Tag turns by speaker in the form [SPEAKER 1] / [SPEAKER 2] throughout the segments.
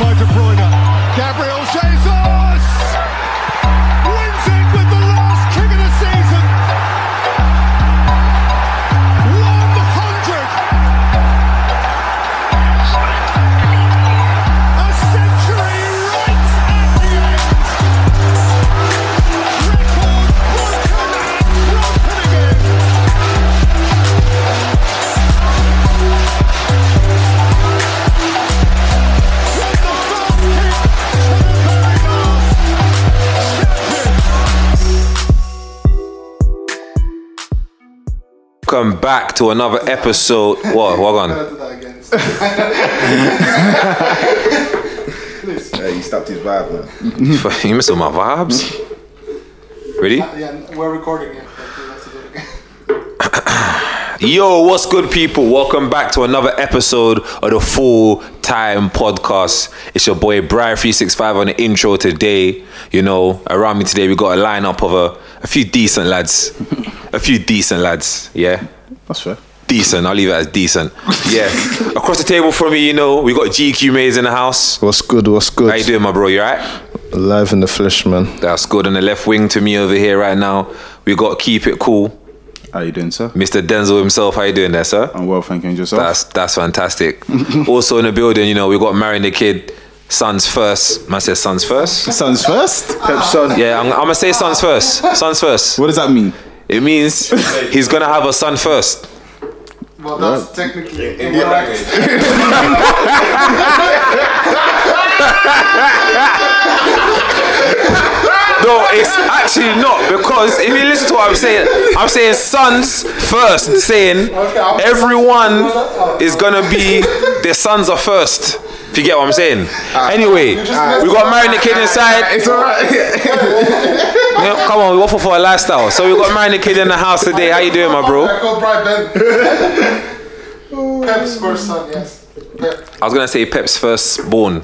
[SPEAKER 1] by De Bruyne. Gabriel Jesus wins it with the last kick of the season. 100. A century right at the end. Record broken and broken again. From the first kick to the very last. Champions.
[SPEAKER 2] Welcome back to another episode. What? Hold on.
[SPEAKER 3] Hey, he stopped his vibe, man.
[SPEAKER 2] you missing my vibes? Ready?
[SPEAKER 4] Yeah, we're recording it. but we have to do it again.
[SPEAKER 2] Yo, what's good, people? Welcome back to another episode of the Full Time Podcast. It's your boy Brian365 on the intro today. You know, around me today, we got a lineup of a, a few decent lads. A few decent lads, yeah?
[SPEAKER 3] That's fair.
[SPEAKER 2] Decent, I'll leave it as decent. Yeah. Across the table from me, you know, we got GQ Maze in the house.
[SPEAKER 3] What's good? What's
[SPEAKER 2] How you
[SPEAKER 3] good?
[SPEAKER 2] doing, my bro? You alright?
[SPEAKER 3] Live in the flesh, man.
[SPEAKER 2] That's good. On the left wing to me over here right now, we got Keep It Cool,
[SPEAKER 5] How you doing, sir?
[SPEAKER 2] Mr. Denzel himself. How you doing there, sir?
[SPEAKER 5] I'm well, thank you. And yourself?
[SPEAKER 2] That's that's fantastic. also in the building, you know, we got Marion the Kid, Sons First. Man says Sons First.
[SPEAKER 5] Sons first? Pep son.
[SPEAKER 2] Yeah, I'm, I'm gonna say Sons First. Sons First.
[SPEAKER 5] What does that mean?
[SPEAKER 2] It means he's gonna have a son first.
[SPEAKER 4] Well, that's technically incorrect.
[SPEAKER 2] No, it's actually not because if you listen to what I'm saying, I'm saying sons first, saying everyone is gonna be their sons are first. If you get what I'm saying. Anyway, we got marrying the kid inside.
[SPEAKER 3] It's alright.
[SPEAKER 2] Yeah, Come on, we offer for a lifestyle. So we got marrying the kid in the house today. How you doing, my bro?
[SPEAKER 4] I call Brian Ben. Pep's first son, yes. Pep.
[SPEAKER 2] I was gonna say Pep's first born,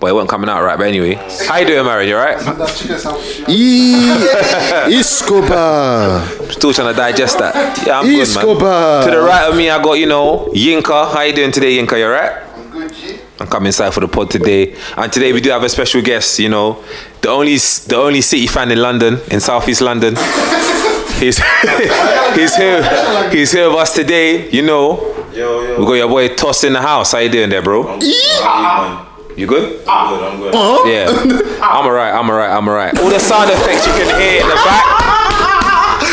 [SPEAKER 2] but it wasn't coming out right. But anyway, how you doing, Marion? You alright?
[SPEAKER 4] That chicken sandwich. Yeah.
[SPEAKER 3] Escobar.
[SPEAKER 2] Still trying to digest that. Yeah, I'm good, man.
[SPEAKER 3] Escobar.
[SPEAKER 2] To the right of me, I got you know Yinka. How you doing today, Yinka? You alright?
[SPEAKER 4] I'm good, G.
[SPEAKER 2] I'm coming inside for the pod today, and today we do have a special guest. You know, the only the only City fan in London, in Southeast London. He's he's here. He's here with us today. You know,
[SPEAKER 6] Yo, yo.
[SPEAKER 2] we got your boy Toss in the house. How you doing there, bro? You good?
[SPEAKER 6] I'm good, I'm good.
[SPEAKER 2] Yeah, I'm alright. I'm alright. I'm alright. All the sound effects you can hear in the back.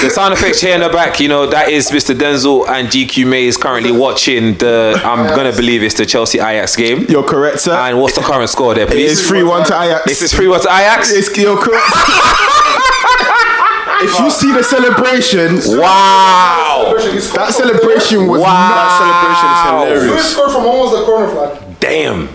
[SPEAKER 2] The sound effects here in the back, you know, that is Mr. Denzel and GQ May is currently watching the. I'm gonna believe it's the Chelsea Ajax game.
[SPEAKER 5] You're correct, sir.
[SPEAKER 2] And what's the current score there,
[SPEAKER 5] it
[SPEAKER 2] please?
[SPEAKER 5] is 3 1 to Ajax.
[SPEAKER 2] This is free what's Ajax.
[SPEAKER 5] It's, you're correct. if you see the celebration,
[SPEAKER 2] wow!
[SPEAKER 5] that celebration was
[SPEAKER 2] Wow.
[SPEAKER 5] that
[SPEAKER 4] He
[SPEAKER 5] celebration is hilarious.
[SPEAKER 4] scored from almost the corner flag.
[SPEAKER 2] Damn.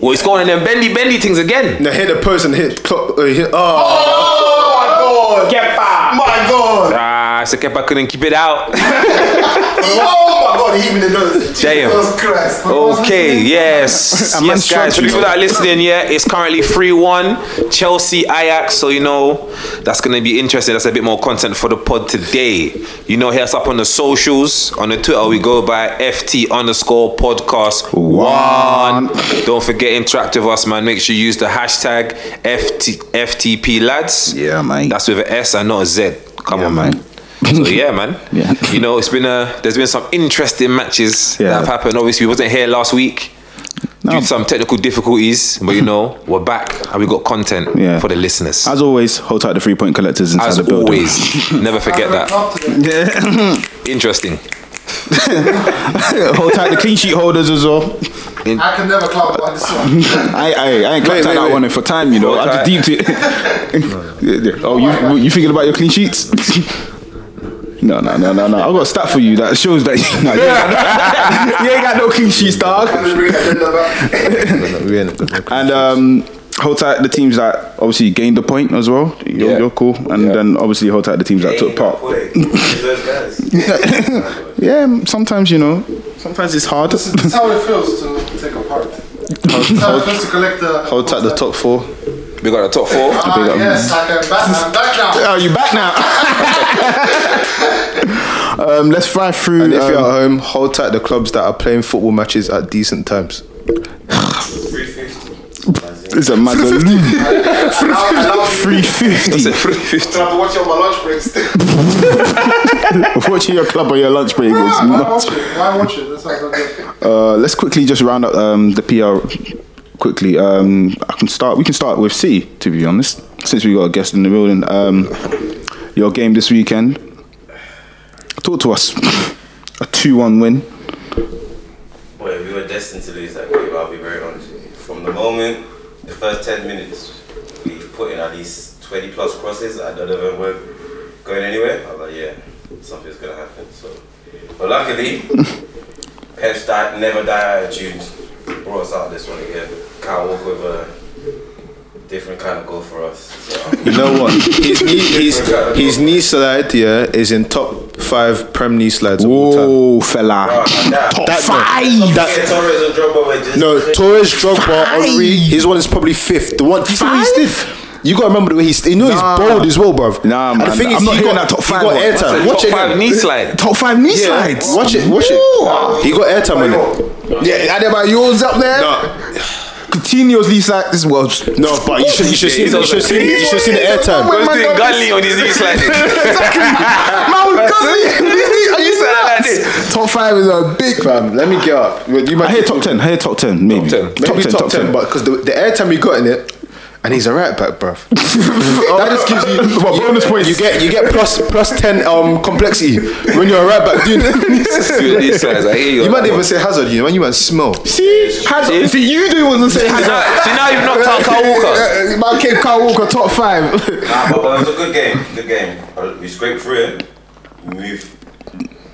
[SPEAKER 2] Well, he's going in them bendy bendy things again.
[SPEAKER 5] Now hit the person, hit clock. Uh, hit, oh,
[SPEAKER 4] Oh my god!
[SPEAKER 2] Kepa.
[SPEAKER 4] My god!
[SPEAKER 2] Ah, so Kepa couldn't keep it out.
[SPEAKER 4] Oh my god, he even does.
[SPEAKER 2] Damn.
[SPEAKER 4] Jesus Christ.
[SPEAKER 2] Okay, yes.
[SPEAKER 5] A man
[SPEAKER 2] yes, guys, for the
[SPEAKER 5] struggling.
[SPEAKER 2] people that are listening, yeah, it's currently 3 1 Chelsea Ajax. So, you know, that's going to be interesting. That's a bit more content for the pod today. You know, hit us up on the socials. On the Twitter, we go by FT underscore podcast one. Don't forget, interact with us, man. Make sure you use the hashtag FT, FTP lads.
[SPEAKER 5] Yeah, man.
[SPEAKER 2] That's with an S and not a Z. Come
[SPEAKER 5] Yeah,
[SPEAKER 2] on, man.
[SPEAKER 5] man.
[SPEAKER 2] So yeah, man.
[SPEAKER 5] Yeah.
[SPEAKER 2] You know, it's been a there's been some interesting matches that
[SPEAKER 5] Yeah.
[SPEAKER 2] have happened. Obviously, we wasn't here last week due to some technical difficulties, but you know, we're back and we got content
[SPEAKER 5] Yeah.
[SPEAKER 2] for the listeners.
[SPEAKER 5] As always, hold tight the three point collectors inside
[SPEAKER 2] As
[SPEAKER 5] the building.
[SPEAKER 2] always, never forget that.
[SPEAKER 4] Up today.
[SPEAKER 2] Interesting.
[SPEAKER 5] hold tight the clean sheet holders as well.
[SPEAKER 4] I can never cloud by this one.
[SPEAKER 5] I, I, I ain't clapped
[SPEAKER 3] Wait,
[SPEAKER 5] out
[SPEAKER 3] wait,
[SPEAKER 5] that
[SPEAKER 3] wait.
[SPEAKER 5] one for time, you know.
[SPEAKER 2] Hold
[SPEAKER 5] I just deeped it. Yeah, yeah. oh, you you thinking about your clean sheets? No, no, no, no, no. I've got a stat for you that shows that no, you, ain't got, you ain't got no clean sheets, dog.
[SPEAKER 3] we ain't
[SPEAKER 5] And um, hold tight the teams that obviously gained the point as well. You're,
[SPEAKER 2] Yeah.
[SPEAKER 5] you're cool. And then obviously hold tight the teams that took part. Yeah, m- sometimes, you know, sometimes it's hard.
[SPEAKER 4] That's how it feels to take apart. That's how it feels to collect the.
[SPEAKER 3] Hold tight the top four.
[SPEAKER 2] We got the top four.
[SPEAKER 4] Ah, yes, I can back, I'm back now.
[SPEAKER 5] Oh, you back now? um, let's fly through.
[SPEAKER 3] And if you're
[SPEAKER 5] um,
[SPEAKER 3] at home, hold tight the clubs that are playing football matches at decent times.
[SPEAKER 5] It's a magazine.
[SPEAKER 4] Now, now,
[SPEAKER 5] Three
[SPEAKER 2] That's
[SPEAKER 5] fifty.
[SPEAKER 2] it. 350.
[SPEAKER 4] I have to watch it on my lunch breaks.
[SPEAKER 5] Watching your club on your lunch break is
[SPEAKER 4] Why
[SPEAKER 5] nuts.
[SPEAKER 4] watch it? Why watch it? That's not good.
[SPEAKER 5] Uh, let's quickly just round up um, the PR quickly. Um, I can start. We can start with C. To be honest, since we got a guest in the building. Um, your game this weekend. Talk to us. a two-one win.
[SPEAKER 6] Boy, we were destined to lose that game, I'll be very honest with you. From the moment, the first 10 minutes, we put in at least 20 plus crosses. I don't know if we're going anywhere. I was like, yeah, something's going to happen. So, But luckily, Pep's di- never die attitude brought us out this one again. Can't walk with a different kind of goal for us. So,
[SPEAKER 3] You know what? His knee, his, his knee slide, yeah, is in top five Prem knee slides of all time.
[SPEAKER 5] Whoa, fella!
[SPEAKER 6] that-
[SPEAKER 5] Top
[SPEAKER 3] That-
[SPEAKER 5] five.
[SPEAKER 6] yeah,
[SPEAKER 3] That,
[SPEAKER 6] Torres and Drogba were just...
[SPEAKER 3] no, Torres, Drogba,
[SPEAKER 5] Five.
[SPEAKER 3] Henry, his one is probably fifth. The one, do you see what he did? You gotta remember the way he's, you know,
[SPEAKER 5] Nah.
[SPEAKER 3] he's bold as well, bruv.
[SPEAKER 5] Nah,
[SPEAKER 3] And
[SPEAKER 5] man,
[SPEAKER 3] the thing
[SPEAKER 5] I'm
[SPEAKER 3] is,
[SPEAKER 5] not
[SPEAKER 3] he
[SPEAKER 5] hearing
[SPEAKER 3] got,
[SPEAKER 5] that top
[SPEAKER 3] he
[SPEAKER 5] five
[SPEAKER 3] got
[SPEAKER 5] one. That's
[SPEAKER 3] airtime.
[SPEAKER 2] Top
[SPEAKER 3] Watch it,
[SPEAKER 2] five
[SPEAKER 3] again.
[SPEAKER 2] knee slide.
[SPEAKER 5] Top five knee
[SPEAKER 3] Yeah,
[SPEAKER 5] slides.
[SPEAKER 3] Watch it, watch it. He got airtime in it.
[SPEAKER 5] Yeah, and about yours up there.
[SPEAKER 3] No,
[SPEAKER 5] Coutinho's knee slide as well.
[SPEAKER 3] no, but you should, you should see, you should see, you should see the
[SPEAKER 2] He
[SPEAKER 3] airtime.
[SPEAKER 2] was doing godly on his knee slide.
[SPEAKER 5] Are
[SPEAKER 2] you saying like this?
[SPEAKER 5] Top five is a big.
[SPEAKER 3] Fam, let me get up. You might
[SPEAKER 5] I hear top ten. I hear top ten. Maybe
[SPEAKER 2] 10.
[SPEAKER 5] top
[SPEAKER 3] Maybe
[SPEAKER 5] ten. Top ten.
[SPEAKER 3] but because the, the airtime he got in it, and he's a right back, bruv. that just gives you
[SPEAKER 5] What,
[SPEAKER 3] you-
[SPEAKER 5] bonus points?
[SPEAKER 3] You get you get plus plus ten um complexity when you're a right back, dude.
[SPEAKER 2] Doing knee slides. I hear you.
[SPEAKER 3] you
[SPEAKER 2] on
[SPEAKER 3] might
[SPEAKER 2] that
[SPEAKER 3] even
[SPEAKER 2] one.
[SPEAKER 3] say Hazard, you know, when you might smell.
[SPEAKER 5] See, Hazard.
[SPEAKER 2] See?
[SPEAKER 5] See, you do want to say
[SPEAKER 2] See
[SPEAKER 5] Hazard.
[SPEAKER 2] now, see now you've knocked out Carl Walker.
[SPEAKER 5] Man, Cape Carl Walker top five.
[SPEAKER 6] Nah, but but it was a good game. Good game. Uh, We scraped through it. We moved.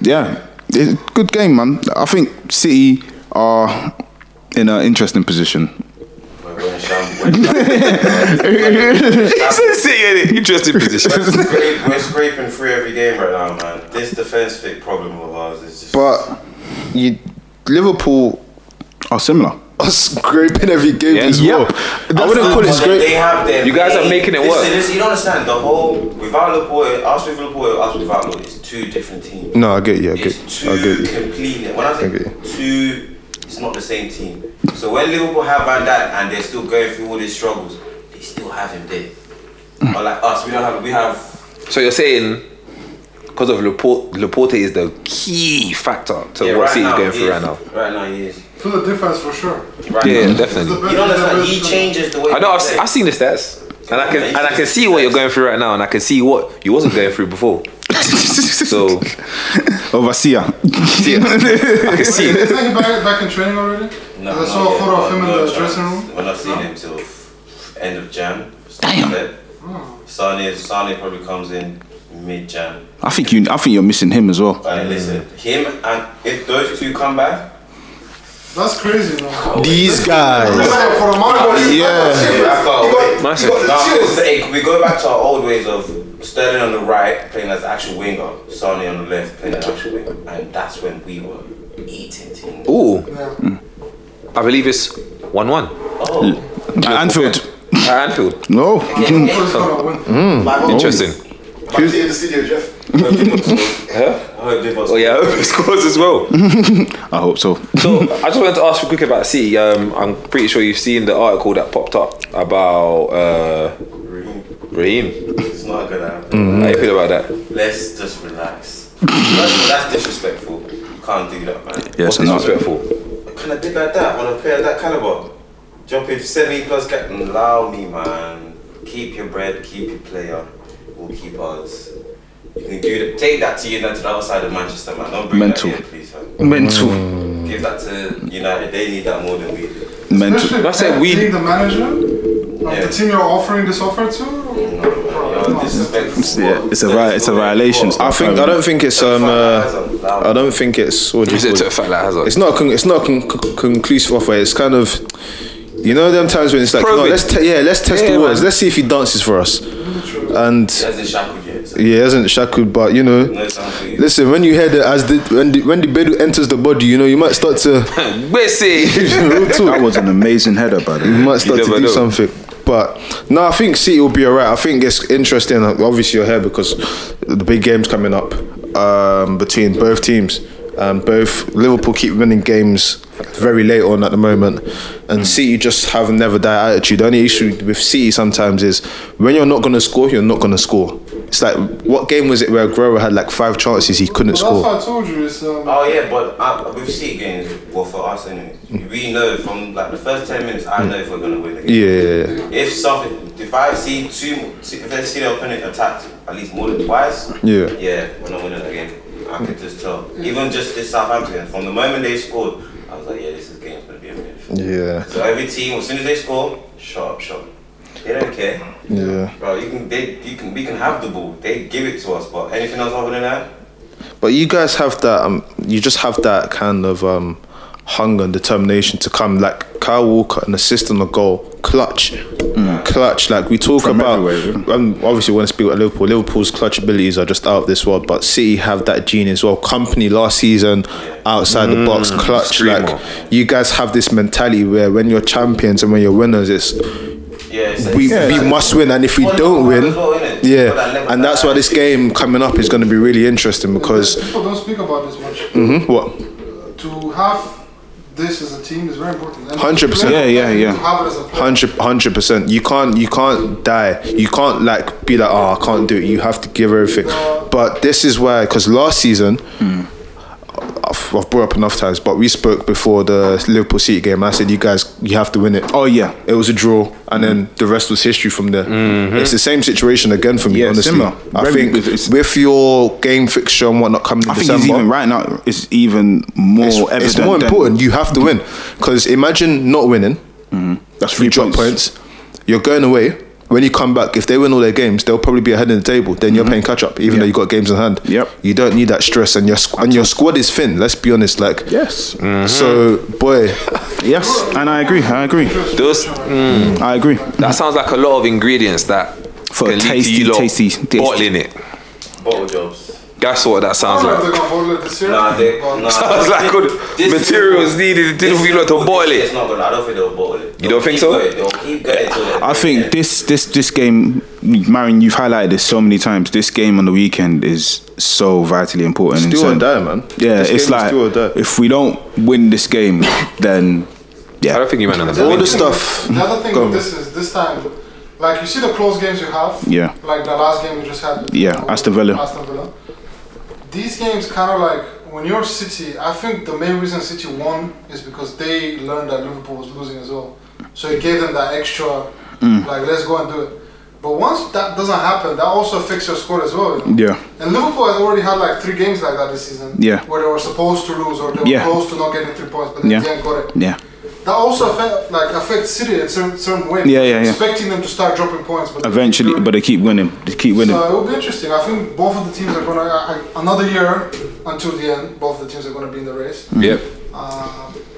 [SPEAKER 5] Yeah, It's a good game, man. I think City are in an interesting position.
[SPEAKER 6] We're in shambles.
[SPEAKER 2] He said sitting in an interesting position.
[SPEAKER 6] Scrape- We're scraping through every game right now, man. This defense fit problem of ours is just.
[SPEAKER 3] But you Liverpool
[SPEAKER 5] Are similar.
[SPEAKER 3] are scraping every game
[SPEAKER 2] Yeah.
[SPEAKER 3] as
[SPEAKER 5] Yep.
[SPEAKER 3] well. I
[SPEAKER 5] That's
[SPEAKER 3] wouldn't
[SPEAKER 5] the-
[SPEAKER 3] call
[SPEAKER 6] But
[SPEAKER 3] it
[SPEAKER 6] they,
[SPEAKER 3] scrape.
[SPEAKER 6] they have their.
[SPEAKER 2] You guys are
[SPEAKER 6] main-
[SPEAKER 2] making it
[SPEAKER 6] listen,
[SPEAKER 2] work.
[SPEAKER 6] Listen, you don't understand the whole without Laporte, us with Laporte, us without Laporte is two different
[SPEAKER 2] Mm,
[SPEAKER 6] teams.
[SPEAKER 3] No, I get you. I get
[SPEAKER 6] It's
[SPEAKER 3] you. I
[SPEAKER 6] two
[SPEAKER 3] get you.
[SPEAKER 6] completely. When I say
[SPEAKER 3] Okay.
[SPEAKER 6] two, it's not the same team. So when Liverpool have Van Dijk and they're still going through all these struggles, they still have him there.
[SPEAKER 2] Mm.
[SPEAKER 6] But like us, we don't have. We have.
[SPEAKER 2] So you're saying because of Laporte, Laporte is the key factor to
[SPEAKER 6] yeah,
[SPEAKER 2] what
[SPEAKER 6] right
[SPEAKER 2] City's
[SPEAKER 6] now,
[SPEAKER 2] going
[SPEAKER 6] he
[SPEAKER 2] through
[SPEAKER 6] is.
[SPEAKER 2] right now.
[SPEAKER 6] Right now, he is.
[SPEAKER 4] Feel the difference for sure.
[SPEAKER 6] Right
[SPEAKER 2] Yeah,
[SPEAKER 6] now.
[SPEAKER 2] definitely.
[SPEAKER 6] You don't understand. He changes the way.
[SPEAKER 2] I know. I've,
[SPEAKER 6] he
[SPEAKER 2] se- I've seen the stats, and I can and I can see what you're going through right now, and I can see what you wasn't going through before. So
[SPEAKER 5] Overseer.
[SPEAKER 2] I can see.
[SPEAKER 4] Is he back, back in training already? 'Cause
[SPEAKER 6] No,
[SPEAKER 4] I
[SPEAKER 6] not
[SPEAKER 4] saw a
[SPEAKER 6] yet.
[SPEAKER 4] photo of
[SPEAKER 6] No,
[SPEAKER 4] him in
[SPEAKER 6] no
[SPEAKER 4] the dressing
[SPEAKER 6] chance.
[SPEAKER 4] room.
[SPEAKER 6] We're not seeing him till f- end of Jan. Damn.
[SPEAKER 4] Hmm.
[SPEAKER 6] Sane, Sane probably comes in mid Jan.
[SPEAKER 5] I think you. I think you're missing him as well.
[SPEAKER 6] But listen, him and if those two come back,
[SPEAKER 4] That's crazy, man.
[SPEAKER 3] These guys.
[SPEAKER 4] Like, for a man, he-
[SPEAKER 3] Yeah.
[SPEAKER 6] Yeah, I can't wait.
[SPEAKER 2] Massive.
[SPEAKER 6] No, it's like we go back to our old ways of Sterling on the right playing as actual winger, Sane on the left playing as actual winger, and that's when we were eating teams.
[SPEAKER 2] Ooh, I believe it's one-one
[SPEAKER 6] Oh,
[SPEAKER 5] At Anfield.
[SPEAKER 2] at Anfield.
[SPEAKER 5] No.
[SPEAKER 4] he was gonna win.
[SPEAKER 2] Interesting.
[SPEAKER 4] Who's in the studio, Jeff?
[SPEAKER 2] Oh yeah, scores as well.
[SPEAKER 5] I hope so.
[SPEAKER 2] So I just wanted to ask you quick about City. Um, I'm pretty sure you've seen the article that popped up about uh, Raheem.
[SPEAKER 6] It's not gonna happen.
[SPEAKER 2] How you feel about that?
[SPEAKER 6] Let's just relax. that's, that's disrespectful. You can't do that, man.
[SPEAKER 5] Yes, and not.
[SPEAKER 2] Disrespectful.
[SPEAKER 6] Can I do like that on a player that caliber? Jump in 70 plus captain. Allow me, man. Keep your bread, keep your player. We'll keep ours. You can do that. Take that to United, the other side of Manchester, man. Don't bring
[SPEAKER 5] Mental.
[SPEAKER 6] that here, please, man.
[SPEAKER 5] Mental.
[SPEAKER 6] Give that to United. They need that more than we do.
[SPEAKER 5] Mental.
[SPEAKER 4] Especially
[SPEAKER 2] That's it,
[SPEAKER 4] Pep
[SPEAKER 2] we-
[SPEAKER 4] being the manager of
[SPEAKER 6] Yeah.
[SPEAKER 4] the team you're offering this offer to.
[SPEAKER 6] You know, disrespectful.
[SPEAKER 5] Yeah, it's a vi- it's a violation.
[SPEAKER 3] I think I don't think it's um. Uh, I don't think it's what do you
[SPEAKER 2] Is it
[SPEAKER 3] call
[SPEAKER 2] to a
[SPEAKER 3] it?
[SPEAKER 2] fact that Hazard?
[SPEAKER 3] It's not a con- it's not a con- con- conclusive offer. It's kind of you know them times when it's like no,
[SPEAKER 2] Probing.
[SPEAKER 3] let's te- yeah let's test
[SPEAKER 2] Yeah,
[SPEAKER 3] the waters.
[SPEAKER 2] man.
[SPEAKER 3] Let's see if he dances for us. And
[SPEAKER 6] He hasn't shackled yet. So.
[SPEAKER 3] yeah, he hasn't shackled, but you know.
[SPEAKER 6] No, it's not for you.
[SPEAKER 3] Listen, when you hear the as the when the when the bedu enters the body, you know you might start to
[SPEAKER 2] Messi.
[SPEAKER 3] real talk.
[SPEAKER 5] That was an amazing header, by the
[SPEAKER 3] You
[SPEAKER 5] way.
[SPEAKER 3] might start to
[SPEAKER 2] never
[SPEAKER 3] do
[SPEAKER 2] know.
[SPEAKER 3] something. But no, I think City will be alright. I think it's interesting. Obviously, you're here because the big game's coming up um, between both teams, Um, both Liverpool keep winning games very late on at the moment, and City just have never die attitude. The only issue with City sometimes is when you're not going to score, you're not going to score. It's like what game was it where Aguero had like five chances he couldn't
[SPEAKER 4] Well,
[SPEAKER 3] score.
[SPEAKER 4] that's what I told you. It's, um,
[SPEAKER 6] Oh yeah, but uh, we've seen games. Well, for us anyway, we know from like the first ten minutes, I know if we're gonna win the game.
[SPEAKER 3] Yeah, yeah, yeah.
[SPEAKER 6] If something, if I see two, if I see the opponent attacked at least more than twice,
[SPEAKER 3] Yeah.
[SPEAKER 6] yeah, we're not winning again. I could just tell. Even just this Southampton, from the moment they scored, I was like, yeah, this is game's gonna be a minute.
[SPEAKER 3] yeah.
[SPEAKER 6] So every team, as soon as they score, shut up, shut up. They don't care,
[SPEAKER 3] yeah.
[SPEAKER 6] bro. You can, they, you can, we can have the ball. They give it to us, but anything else other than that,
[SPEAKER 3] But you guys have that. Um, you just have that kind of um, hunger and determination to come. Like Kyle Walker, an assist on the goal, clutch, clutch. Like we talk
[SPEAKER 5] Mm. From
[SPEAKER 3] about.
[SPEAKER 5] everywhere,
[SPEAKER 3] Um, obviously, when I speak about Liverpool, Liverpool's clutch abilities are just out of this world. But City have that gene as well. Company last season, outside the box,
[SPEAKER 5] Mm.
[SPEAKER 3] clutch.
[SPEAKER 2] screamer.
[SPEAKER 3] Like you guys have this mentality where when you're champions and when you're winners, it's
[SPEAKER 6] yeah, it's,
[SPEAKER 3] we,
[SPEAKER 6] it's-
[SPEAKER 3] we must win, and if we
[SPEAKER 6] Well,
[SPEAKER 3] don't
[SPEAKER 6] no,
[SPEAKER 3] win,
[SPEAKER 6] as well, innit? But I
[SPEAKER 3] yeah,
[SPEAKER 6] never-
[SPEAKER 3] and that's why this game coming up is going to be really interesting because
[SPEAKER 4] people don't speak about this much.
[SPEAKER 3] Mhm, what
[SPEAKER 4] To have this as a team is very important. And
[SPEAKER 3] 100%.
[SPEAKER 4] to play-
[SPEAKER 5] Yeah, yeah, yeah.
[SPEAKER 4] To have it as a player.
[SPEAKER 3] hundred percent. You can't you can't die. You can't like be like oh I can't do it. You have to give everything. But this is why because last season.
[SPEAKER 5] Hmm.
[SPEAKER 3] I've, I've brought up enough times, but we spoke before the Liverpool City game. I said, "You guys, you have to win it."
[SPEAKER 5] Oh, yeah.
[SPEAKER 3] it was a draw, and then the rest was history from there. It's the same situation again for me.
[SPEAKER 5] Mm-hmm. Yeah,
[SPEAKER 3] honestly,
[SPEAKER 5] similar.
[SPEAKER 3] I
[SPEAKER 5] Very-
[SPEAKER 3] think
[SPEAKER 5] it's-
[SPEAKER 3] with your game fixture and whatnot coming, in
[SPEAKER 5] I think
[SPEAKER 3] December,
[SPEAKER 5] it's even right now. It's even more
[SPEAKER 3] it's,
[SPEAKER 5] evident.
[SPEAKER 3] it's more
[SPEAKER 5] than-
[SPEAKER 3] important. You have to win because imagine not winning.
[SPEAKER 5] That's
[SPEAKER 3] You drop points. You're going away. When you come back, if they win all their games, they'll probably be ahead in the table. Then you're playing catch up, even
[SPEAKER 5] Mm-hmm.
[SPEAKER 3] though
[SPEAKER 5] Yeah.
[SPEAKER 3] you got games in hand.
[SPEAKER 5] Yep.
[SPEAKER 3] You don't need that stress, and your squ- and your squad is thin. Let's be honest. Like
[SPEAKER 5] Yes.
[SPEAKER 3] so,
[SPEAKER 5] Mm-hmm.
[SPEAKER 3] boy,
[SPEAKER 5] Yes. And I agree. I agree.
[SPEAKER 2] Those, mm,
[SPEAKER 5] I agree.
[SPEAKER 2] that sounds like a lot of ingredients that
[SPEAKER 5] For
[SPEAKER 2] can
[SPEAKER 5] a
[SPEAKER 2] lead to
[SPEAKER 5] tasty,
[SPEAKER 2] you lot
[SPEAKER 5] tasty dish.
[SPEAKER 2] bottling it.
[SPEAKER 6] bottle jobs.
[SPEAKER 2] That's what that
[SPEAKER 4] I
[SPEAKER 2] sounds
[SPEAKER 4] don't know if
[SPEAKER 2] like.
[SPEAKER 4] they're gonna hold it this year.
[SPEAKER 6] Nah, they, nah.
[SPEAKER 2] Sounds like good materials needed to- for you lot to boil it.
[SPEAKER 6] It's not gonna. I don't think they'll boil it.
[SPEAKER 2] You don't think
[SPEAKER 6] keep
[SPEAKER 2] so?
[SPEAKER 6] Going, they'll keep going till the
[SPEAKER 5] I
[SPEAKER 6] very
[SPEAKER 5] think
[SPEAKER 6] end.
[SPEAKER 5] this this this game, Marion, you've highlighted this so many times. This game on the weekend is so vitally important. in
[SPEAKER 3] do or
[SPEAKER 5] certain-
[SPEAKER 3] die, man.
[SPEAKER 5] Yeah,
[SPEAKER 3] This game
[SPEAKER 5] it's
[SPEAKER 3] is
[SPEAKER 5] like
[SPEAKER 3] do or die.
[SPEAKER 5] if we don't win this game, then
[SPEAKER 2] I don't think you meant on
[SPEAKER 3] all the
[SPEAKER 2] the
[SPEAKER 3] stuff.
[SPEAKER 4] The other thing with
[SPEAKER 3] Go on.
[SPEAKER 4] this is this time, like you see the close games you have.
[SPEAKER 5] Yeah.
[SPEAKER 4] Like the last game you just had.
[SPEAKER 5] Yeah,
[SPEAKER 4] with
[SPEAKER 5] Aston Villa.
[SPEAKER 4] Aston Villa. These games kind of like when you're City. I think the main reason City won is because they learned that Liverpool was losing as well, so it gave them that extra,
[SPEAKER 5] Mm.
[SPEAKER 4] like let's go and do it. But once that doesn't happen, that also affects your score as well. you know?
[SPEAKER 5] yeah,
[SPEAKER 4] And Liverpool has already had like three games like that this season.
[SPEAKER 5] Yeah.
[SPEAKER 4] Where they were supposed to lose or they were
[SPEAKER 5] Yeah.
[SPEAKER 4] close to not getting three points, but they
[SPEAKER 5] Yeah.
[SPEAKER 4] didn't got it.
[SPEAKER 5] yeah,
[SPEAKER 4] That also affect, like affects City in certain certain way.
[SPEAKER 5] Yeah, yeah, yeah.
[SPEAKER 4] Expecting them to start dropping points, but they
[SPEAKER 5] eventually,
[SPEAKER 4] keep
[SPEAKER 5] but
[SPEAKER 4] doing
[SPEAKER 5] they keep winning. They keep
[SPEAKER 4] it.
[SPEAKER 5] winning.
[SPEAKER 4] so it will be interesting. I think both of the teams are gonna I, I- another year until the end. Both of the teams are gonna be in the race.
[SPEAKER 2] Yep.
[SPEAKER 4] Uh,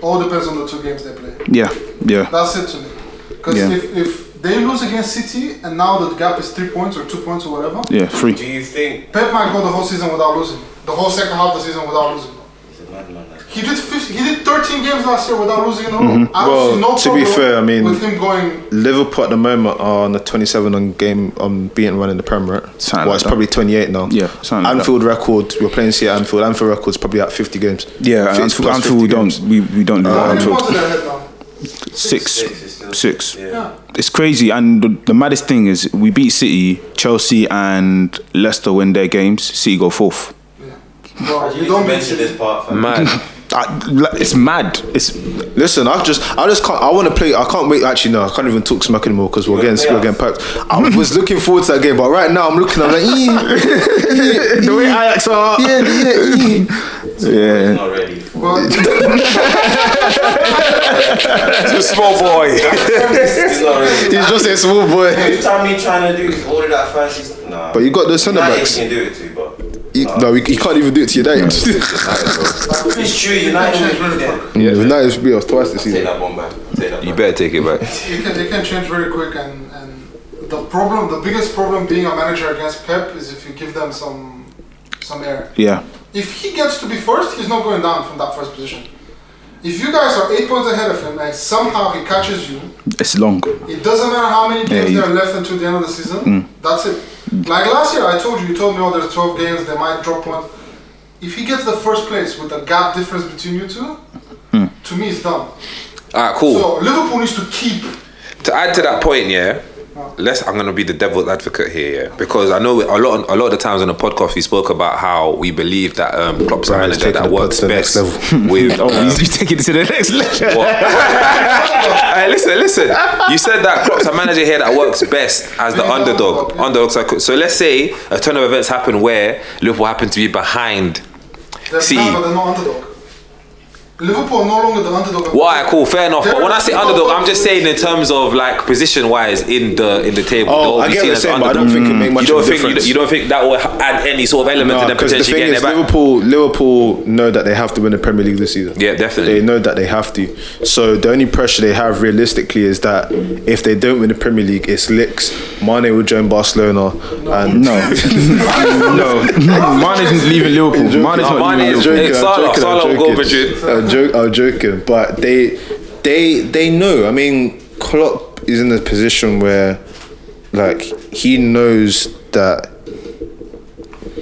[SPEAKER 4] all depends on the two games they play.
[SPEAKER 5] Yeah, yeah,
[SPEAKER 4] That's it to me. Because
[SPEAKER 5] Yeah.
[SPEAKER 4] if, if they lose against City and now the gap is three points or two points or whatever,
[SPEAKER 5] yeah. Free.
[SPEAKER 6] Do you think?
[SPEAKER 4] Pep might go the whole season without losing. The whole second half of the season without losing.
[SPEAKER 6] He's a madman. like,
[SPEAKER 4] He did 50, he did 13 games last year without losing in a row.
[SPEAKER 5] Mm-hmm.
[SPEAKER 4] I don't
[SPEAKER 3] Well,
[SPEAKER 4] see no
[SPEAKER 3] to be
[SPEAKER 4] problem
[SPEAKER 3] fair, I mean-
[SPEAKER 4] with him going
[SPEAKER 3] Liverpool at the moment are on the 27 on game on beating one in the Premier. Right?
[SPEAKER 5] Something
[SPEAKER 3] well,
[SPEAKER 5] like
[SPEAKER 3] it's
[SPEAKER 5] that.
[SPEAKER 3] probably 28 now.
[SPEAKER 5] Yeah, something like
[SPEAKER 3] Anfield record. We're playing see at Anfield. Anfield record's probably at 50 games.
[SPEAKER 5] Yeah,
[SPEAKER 3] Fifty
[SPEAKER 5] Anfield,
[SPEAKER 3] plus
[SPEAKER 5] Anfield we
[SPEAKER 3] 50
[SPEAKER 5] don't
[SPEAKER 3] games.
[SPEAKER 5] we, we don't do
[SPEAKER 4] How
[SPEAKER 5] that.
[SPEAKER 4] many
[SPEAKER 5] Anfield
[SPEAKER 4] points are they ahead now?
[SPEAKER 5] six
[SPEAKER 6] Six is still-
[SPEAKER 5] six.
[SPEAKER 6] Yeah.
[SPEAKER 5] It's crazy, and the, the maddest thing is we beat City, Chelsea, and Leicester win their games. City go fourth.
[SPEAKER 4] No,
[SPEAKER 6] You
[SPEAKER 4] you
[SPEAKER 6] don't
[SPEAKER 4] don't mention
[SPEAKER 6] mention this part. fam.
[SPEAKER 2] Man,
[SPEAKER 5] I, like, Ah, it's mad. It's
[SPEAKER 3] Listen, I just, I just can't. I want to play. I can't wait. Actually, no, I can't even talk smack anymore because we're
[SPEAKER 6] You wanna
[SPEAKER 3] getting, we're
[SPEAKER 6] play
[SPEAKER 3] getting packed. I was looking forward to that game, but right now I'm looking. I'm like, "Eh, eh,
[SPEAKER 5] the way Ajax are.
[SPEAKER 3] yeah, yeah, eh."
[SPEAKER 5] Yeah.
[SPEAKER 6] Not ready.
[SPEAKER 4] Well,
[SPEAKER 2] small boy.
[SPEAKER 6] He's not ready.
[SPEAKER 3] He's just a small boy.
[SPEAKER 6] Every time me trying to do is all of that fancy. Nah.
[SPEAKER 3] But you got the centre
[SPEAKER 6] United
[SPEAKER 3] backs.
[SPEAKER 6] can do it too, but.
[SPEAKER 3] You- no, you, you can't even do it to Mm, your dad.
[SPEAKER 6] It's true. United can do that.
[SPEAKER 3] yeah, United should be us twice this
[SPEAKER 6] Take
[SPEAKER 3] season.
[SPEAKER 6] that one back. Take that.
[SPEAKER 2] You
[SPEAKER 6] back.
[SPEAKER 2] better take it back.
[SPEAKER 4] you can, you can change very quick and, and the problem, the biggest problem being a manager against Pep is if you give them some some air.
[SPEAKER 5] Yeah.
[SPEAKER 4] If he gets to be first, he's not going down from that first position. If you guys are eight points ahead of him and somehow he catches you,
[SPEAKER 5] It's long.
[SPEAKER 4] It doesn't matter how many games
[SPEAKER 5] you-
[SPEAKER 4] there are left until the end of the season. That's it. Like last year, I told you, you told me, oh, there's 12 games, they might drop one. if he gets the first place with the gap difference between you two, to me it's done.
[SPEAKER 2] All right, cool.
[SPEAKER 4] So Liverpool needs to keep.
[SPEAKER 2] to add to that point, yeah. Let's. I'm gonna be the devil's advocate here, yeah, because I know a lot. A lot of the times on the podcast, we spoke about how we believe that um, Klopp's a
[SPEAKER 3] Brian's
[SPEAKER 2] manager
[SPEAKER 3] taking
[SPEAKER 2] that
[SPEAKER 3] the pod
[SPEAKER 2] works
[SPEAKER 3] to the
[SPEAKER 2] best
[SPEAKER 3] next level.
[SPEAKER 2] with.
[SPEAKER 5] Oh,
[SPEAKER 2] um,
[SPEAKER 5] he's, he's taking it to the next level.
[SPEAKER 2] what? Hey, listen, listen. You said that Klopp's a manager here that works best as the underdog. Underdogs are cool. So let's say a ton of events happen where Liverpool happen to be behind.
[SPEAKER 4] They're
[SPEAKER 2] See.
[SPEAKER 4] down, but they're not underdog. Liverpool are no longer the underdog.
[SPEAKER 2] Why? Cool, fair enough. But when I say underdog, I'm just saying in terms of like position wise in the in the table.
[SPEAKER 3] Oh,
[SPEAKER 2] they'll
[SPEAKER 3] I
[SPEAKER 2] be
[SPEAKER 3] get what
[SPEAKER 2] seen
[SPEAKER 3] you're
[SPEAKER 2] as
[SPEAKER 3] saying, but I
[SPEAKER 2] underdog.
[SPEAKER 3] don't think it make
[SPEAKER 2] You
[SPEAKER 3] much
[SPEAKER 2] don't
[SPEAKER 3] of a
[SPEAKER 2] think- you
[SPEAKER 3] difference.
[SPEAKER 2] don't- You don't think that will add any sort of element to them
[SPEAKER 3] Because the
[SPEAKER 2] potentially
[SPEAKER 3] thing
[SPEAKER 2] getting
[SPEAKER 3] is,
[SPEAKER 2] their back?
[SPEAKER 3] Liverpool, Liverpool know that they have to win the Premier League this season.
[SPEAKER 2] Yeah, definitely.
[SPEAKER 3] They know that they have to. So the only pressure they have realistically is that if they don't win the Premier League, it's licks. Mane will join Barcelona, and
[SPEAKER 5] No, no, Mane isn't leaving Liverpool. Mane is
[SPEAKER 2] No,
[SPEAKER 3] Oh,
[SPEAKER 5] not
[SPEAKER 2] Mane
[SPEAKER 5] leaving
[SPEAKER 2] is-
[SPEAKER 5] Liverpool.
[SPEAKER 2] Nick Salah, Salah will go Madrid.
[SPEAKER 3] I'm, joke, I'm joking, but they, they, they know. I mean, Klopp is in a position where, like, he knows that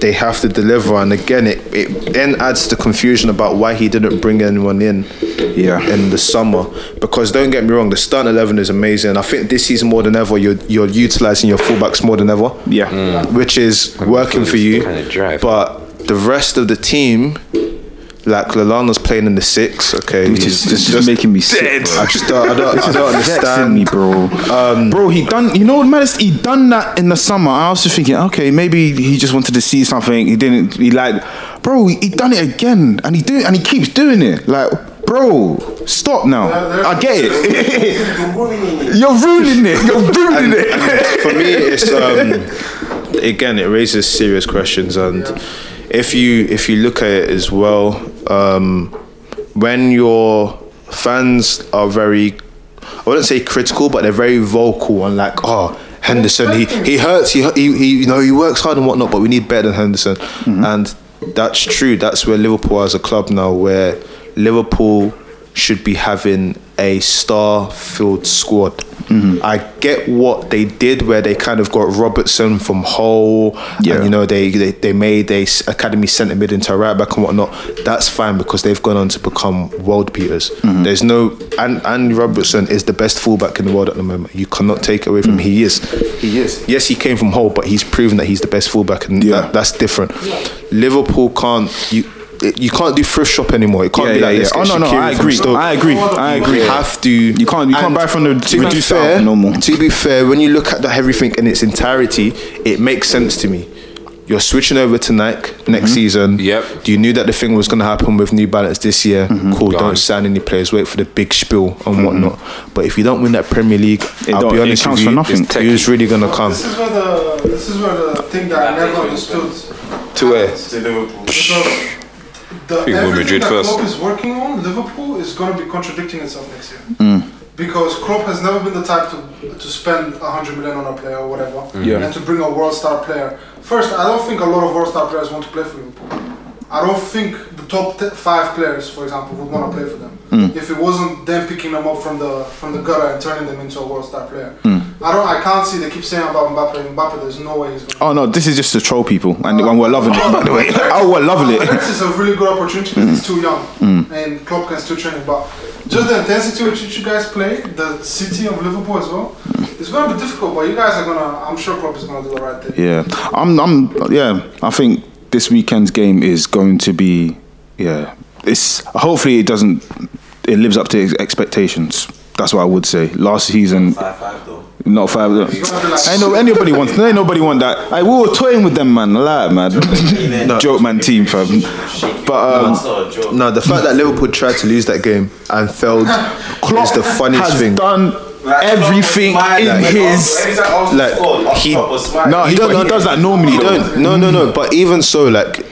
[SPEAKER 3] they have to deliver, and again, it, it then adds to confusion about why he didn't bring anyone in.
[SPEAKER 5] Yeah.
[SPEAKER 3] In the summer, because don't get me wrong, the starting eleven is amazing. I think this season more than ever, you're you're utilizing your fullbacks more than ever.
[SPEAKER 5] Yeah.
[SPEAKER 3] Which is working for you.
[SPEAKER 2] Kinda drive.
[SPEAKER 3] But the rest of the team, like Lalana's playing in the six, okay,
[SPEAKER 5] Which is just, just making me sick.
[SPEAKER 2] dead.
[SPEAKER 5] bro.
[SPEAKER 3] I just don't, I don't, I don't
[SPEAKER 5] It's vexing me,
[SPEAKER 3] understand.
[SPEAKER 5] bro. Um, bro, he done. You know what matters? He done that in the summer. I was just thinking, okay, maybe he just wanted to see something. He didn't. He like, bro, he, he done it again, and he do, and he keeps doing it. Like, bro, stop now. I get it. You're ruining it. You're ruining it.
[SPEAKER 3] For me, it's um, again, it raises serious questions, and if you if you look at it as well, um, when your fans are very, I wouldn't say critical, but they're very vocal and like, oh. Henderson, he, he hurts. He, he he you know he works hard and whatnot, but we need better than Henderson, and that's true. That's where Liverpool are as a club now, where Liverpool should be having a star-filled squad. I get what they did, where they kind of got Robertson from Hull,
[SPEAKER 5] Yeah.
[SPEAKER 3] and you know they they, they made a s- academy centre mid into a right back and whatnot. That's fine because they've gone on to become world beaters. There's no and and Robertson is the best fullback in the world at the moment. You cannot take away from him. He is, he is. Yes, he came from Hull, but he's proven that he's the best fullback, and
[SPEAKER 5] Yeah.
[SPEAKER 3] that, that's different. Liverpool can't you. You can't do thrift shop anymore. It can't
[SPEAKER 5] Yeah,
[SPEAKER 3] be
[SPEAKER 5] yeah,
[SPEAKER 3] like
[SPEAKER 5] yeah.
[SPEAKER 3] this.
[SPEAKER 5] Oh
[SPEAKER 3] get
[SPEAKER 5] no, no,
[SPEAKER 3] Shaqiri
[SPEAKER 5] I
[SPEAKER 3] from
[SPEAKER 5] agree.
[SPEAKER 3] Stoke.
[SPEAKER 5] I agree. I agree.
[SPEAKER 3] You have to. You
[SPEAKER 5] can't- you can't buy from the
[SPEAKER 3] to be
[SPEAKER 5] reduced
[SPEAKER 3] fair,
[SPEAKER 5] out no more.
[SPEAKER 3] To be fair, when you look at the everything in its entirety, it makes sense to me. You're switching over to Nike next season.
[SPEAKER 2] Yep.
[SPEAKER 3] You knew that the thing was going to happen with New Balance this year. Cool.
[SPEAKER 2] Gone.
[SPEAKER 3] Don't sign any players. Wait for the big spiel and whatnot. But if you don't win that Premier League, I'll
[SPEAKER 5] don't-
[SPEAKER 3] be
[SPEAKER 5] it
[SPEAKER 3] honest
[SPEAKER 5] counts
[SPEAKER 3] with
[SPEAKER 5] for
[SPEAKER 3] you,
[SPEAKER 5] nothing.
[SPEAKER 2] It's
[SPEAKER 3] who's really going to come?
[SPEAKER 4] This is where the this is where the thing that I never understood.
[SPEAKER 2] To where?
[SPEAKER 6] To Liverpool.
[SPEAKER 4] Because the
[SPEAKER 2] we'll
[SPEAKER 4] everything
[SPEAKER 2] Madrid
[SPEAKER 4] that
[SPEAKER 2] first.
[SPEAKER 4] Klopp is working on, Liverpool is going to be contradicting itself next year. Because Klopp has never been the type to, to spend 100 million on a player or whatever, and to bring a world star player. First, I don't think a lot of world star players want to play for Liverpool. I don't think the top t- five players, for example, would want to play for them if it wasn't them picking them up from the from the gutter and turning them into a world star player. I don't. I can't see. They keep saying about Mbappe. Mbappe. There's no way he's going. to
[SPEAKER 5] Oh no, this is just to troll people, and, and we're loving it. By the way, oh, we're loving it.
[SPEAKER 4] Ah, This is a really good opportunity because he's too young and Klopp can still train him. But just the intensity with which you guys play, the city of Liverpool as well, it's going to be difficult. But you guys are going to, I'm sure Klopp is going to do the right thing.
[SPEAKER 5] Yeah, I'm. I'm. Yeah, I think this weekend's game is going to be. Yeah, it's hopefully it doesn't. It lives up to ex- expectations. That's what I would say. Last season,
[SPEAKER 6] Five five though.
[SPEAKER 5] not five. I know anybody wants. Ain't nobody want that. I we were toying with them, man. Lie, man. Joke, man. Team, fam.
[SPEAKER 6] But um, that's not a joke.
[SPEAKER 3] No, the fact that Liverpool tried to lose that game and failed is the funniest
[SPEAKER 5] has
[SPEAKER 3] thing.
[SPEAKER 5] done everything in his.
[SPEAKER 3] like, he-
[SPEAKER 5] No, he,
[SPEAKER 3] You don't-
[SPEAKER 5] but he
[SPEAKER 3] no,
[SPEAKER 5] does that normally.
[SPEAKER 3] You
[SPEAKER 5] though.
[SPEAKER 3] don't. No, no, no. But even so, like,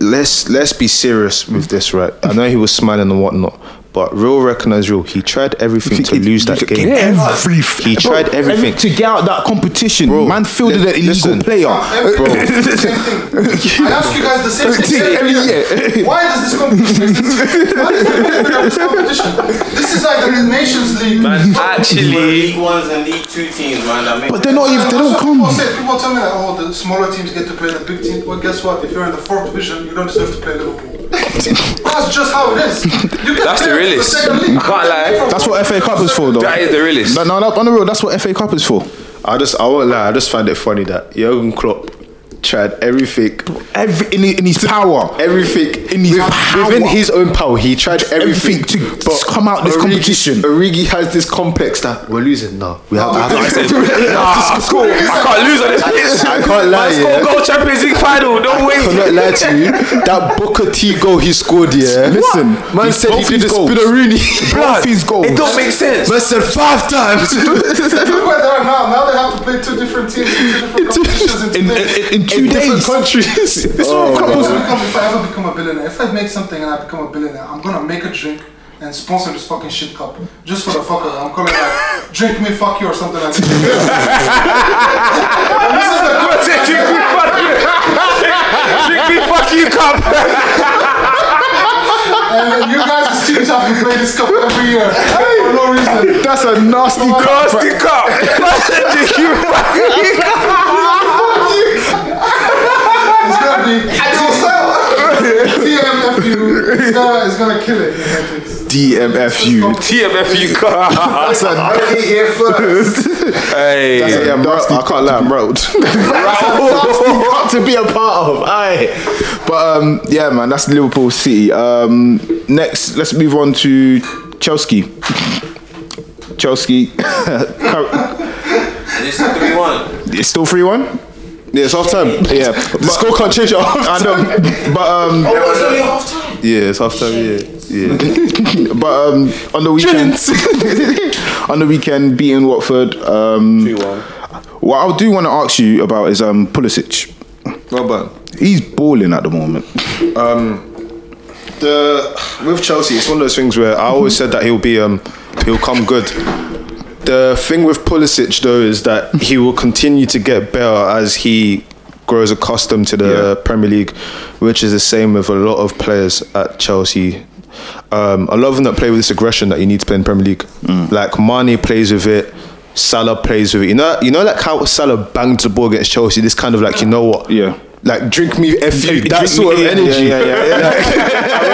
[SPEAKER 3] let's let's be serious with this, right? I know he was smiling and whatnot, But real recognize real. He tried everything to lose that game.
[SPEAKER 5] Everything.
[SPEAKER 3] He tried
[SPEAKER 5] Bro,
[SPEAKER 3] everything.
[SPEAKER 5] to get out that competition.
[SPEAKER 3] Bro,
[SPEAKER 5] Man fielded an
[SPEAKER 3] li-
[SPEAKER 5] illegal
[SPEAKER 3] listen.
[SPEAKER 5] player.
[SPEAKER 4] Everything. Same thing. I ask you guys the same thing.
[SPEAKER 5] Everything,
[SPEAKER 4] Same
[SPEAKER 5] every
[SPEAKER 4] thing.
[SPEAKER 5] year.
[SPEAKER 4] Why does this competition exist? Why does this competition? This is like the Nations League.
[SPEAKER 2] Man,
[SPEAKER 6] People are
[SPEAKER 2] actually,
[SPEAKER 6] League Ones and League Two teams, man. That make
[SPEAKER 5] But they're not even. They don't
[SPEAKER 4] That's what
[SPEAKER 5] come.
[SPEAKER 4] People, say, people tell me that oh, the smaller teams get to play the big team. Well, guess what? If you're in the fourth division, you don't deserve to play Liverpool. That's just how it is. You get
[SPEAKER 2] That's
[SPEAKER 4] to
[SPEAKER 2] the
[SPEAKER 4] play
[SPEAKER 2] realest.
[SPEAKER 4] second league.
[SPEAKER 2] I can't lie.
[SPEAKER 5] That's what FA Cup is for, though.
[SPEAKER 2] that is the realest.
[SPEAKER 5] No, no, no, on the real, that's what FA Cup is for.
[SPEAKER 3] I just I won't lie. I just find it funny that Jurgen Klopp tried everything,
[SPEAKER 5] Every in, in his power.
[SPEAKER 3] everything
[SPEAKER 5] In his power.
[SPEAKER 3] within his own power. He tried everything,
[SPEAKER 5] Everything to come out this
[SPEAKER 3] Origi-
[SPEAKER 5] competition.
[SPEAKER 3] Origi has this complex that we're losing. No, we have,
[SPEAKER 2] I
[SPEAKER 3] I, have
[SPEAKER 2] said,
[SPEAKER 3] to,
[SPEAKER 2] nah,
[SPEAKER 5] score.
[SPEAKER 2] I can't lose on this pitch.
[SPEAKER 3] I can't
[SPEAKER 2] Man,
[SPEAKER 3] lie.
[SPEAKER 2] score
[SPEAKER 3] Yeah.
[SPEAKER 2] goal Champions League final. Don't
[SPEAKER 3] I cannot
[SPEAKER 2] wait.
[SPEAKER 3] lie to you. That Booker T goal he scored, yeah.
[SPEAKER 5] Listen,
[SPEAKER 3] man
[SPEAKER 5] he's
[SPEAKER 3] said he
[SPEAKER 5] both
[SPEAKER 3] did
[SPEAKER 5] his
[SPEAKER 3] the
[SPEAKER 5] goals.
[SPEAKER 3] Spinnerini.
[SPEAKER 5] Both his goals.
[SPEAKER 2] It don't make sense.
[SPEAKER 3] Man said five times.
[SPEAKER 4] Look where they are now. Now they have to play two different teams, in two different competitions. In,
[SPEAKER 5] in,
[SPEAKER 4] two days.
[SPEAKER 5] in, in two
[SPEAKER 3] in different
[SPEAKER 5] days.
[SPEAKER 3] countries.
[SPEAKER 5] This
[SPEAKER 3] Oh,
[SPEAKER 5] World Cup
[SPEAKER 4] If
[SPEAKER 5] was
[SPEAKER 4] I become- if I ever become a billionaire, if I make something and I become a billionaire, I'm gonna make a drink and sponsor this fucking shit cup just for the fuck of it. I'm calling it like drink me, fuck you, or something like that. And this is the cup. And you guys' teams have to play this cup every year for no reason.
[SPEAKER 5] That's a nasty cup.
[SPEAKER 4] It's gonna be TMFU. It's gonna, it's gonna kill it. in Netflix.
[SPEAKER 5] DMFU.
[SPEAKER 2] TMFU car.
[SPEAKER 5] That's a
[SPEAKER 2] Hey,
[SPEAKER 3] Yeah, I'm ro- I can't lie, I'm rolled.
[SPEAKER 5] got to be a part of. Aye. But um, yeah, man, that's Liverpool City. Um, next, let's move on to Chelsea. Chelsea.
[SPEAKER 6] This is three one.
[SPEAKER 5] it's still 3 1?
[SPEAKER 3] Yeah, it's half time.
[SPEAKER 5] Yeah.
[SPEAKER 3] The score can't change at half
[SPEAKER 5] I know,
[SPEAKER 3] time.
[SPEAKER 5] but um,
[SPEAKER 3] Yeah, it's half time, yeah. Yeah.
[SPEAKER 5] but um, on the weekend, on the weekend, beating Watford. Um, what I do want to ask you about is um, Pulisic.
[SPEAKER 3] Well done.
[SPEAKER 5] He's balling at the moment.
[SPEAKER 3] Um, The with Chelsea, it's one of those things where I always said that he'll be um he'll come good. The thing with Pulisic though is that he will continue to get better as he grows accustomed to the
[SPEAKER 5] Yeah.
[SPEAKER 3] Premier League, which is the same with a lot of players at Chelsea. Um, a lot of them that play with this aggression that you need to play in Premier League.
[SPEAKER 5] Mm.
[SPEAKER 3] Like Mane plays with it, Salah plays with it. You know, you know, like how Salah banged the ball against Chelsea. This kind of like, you know what?
[SPEAKER 5] Yeah.
[SPEAKER 3] Like drink me, f you.
[SPEAKER 5] Drink
[SPEAKER 3] That
[SPEAKER 5] me
[SPEAKER 3] sort of
[SPEAKER 5] in. Yeah,
[SPEAKER 3] energy.
[SPEAKER 5] yeah, yeah,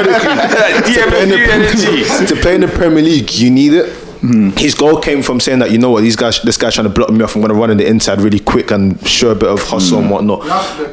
[SPEAKER 5] yeah.
[SPEAKER 3] To play
[SPEAKER 2] TMFU
[SPEAKER 3] in
[SPEAKER 2] energy.
[SPEAKER 3] the- to play in the Premier League, you need it.
[SPEAKER 5] Hmm.
[SPEAKER 3] His goal came from saying that you know what these guys, this guy's trying to block me off. I'm going to run in the inside really quick and show a bit of hustle and whatnot.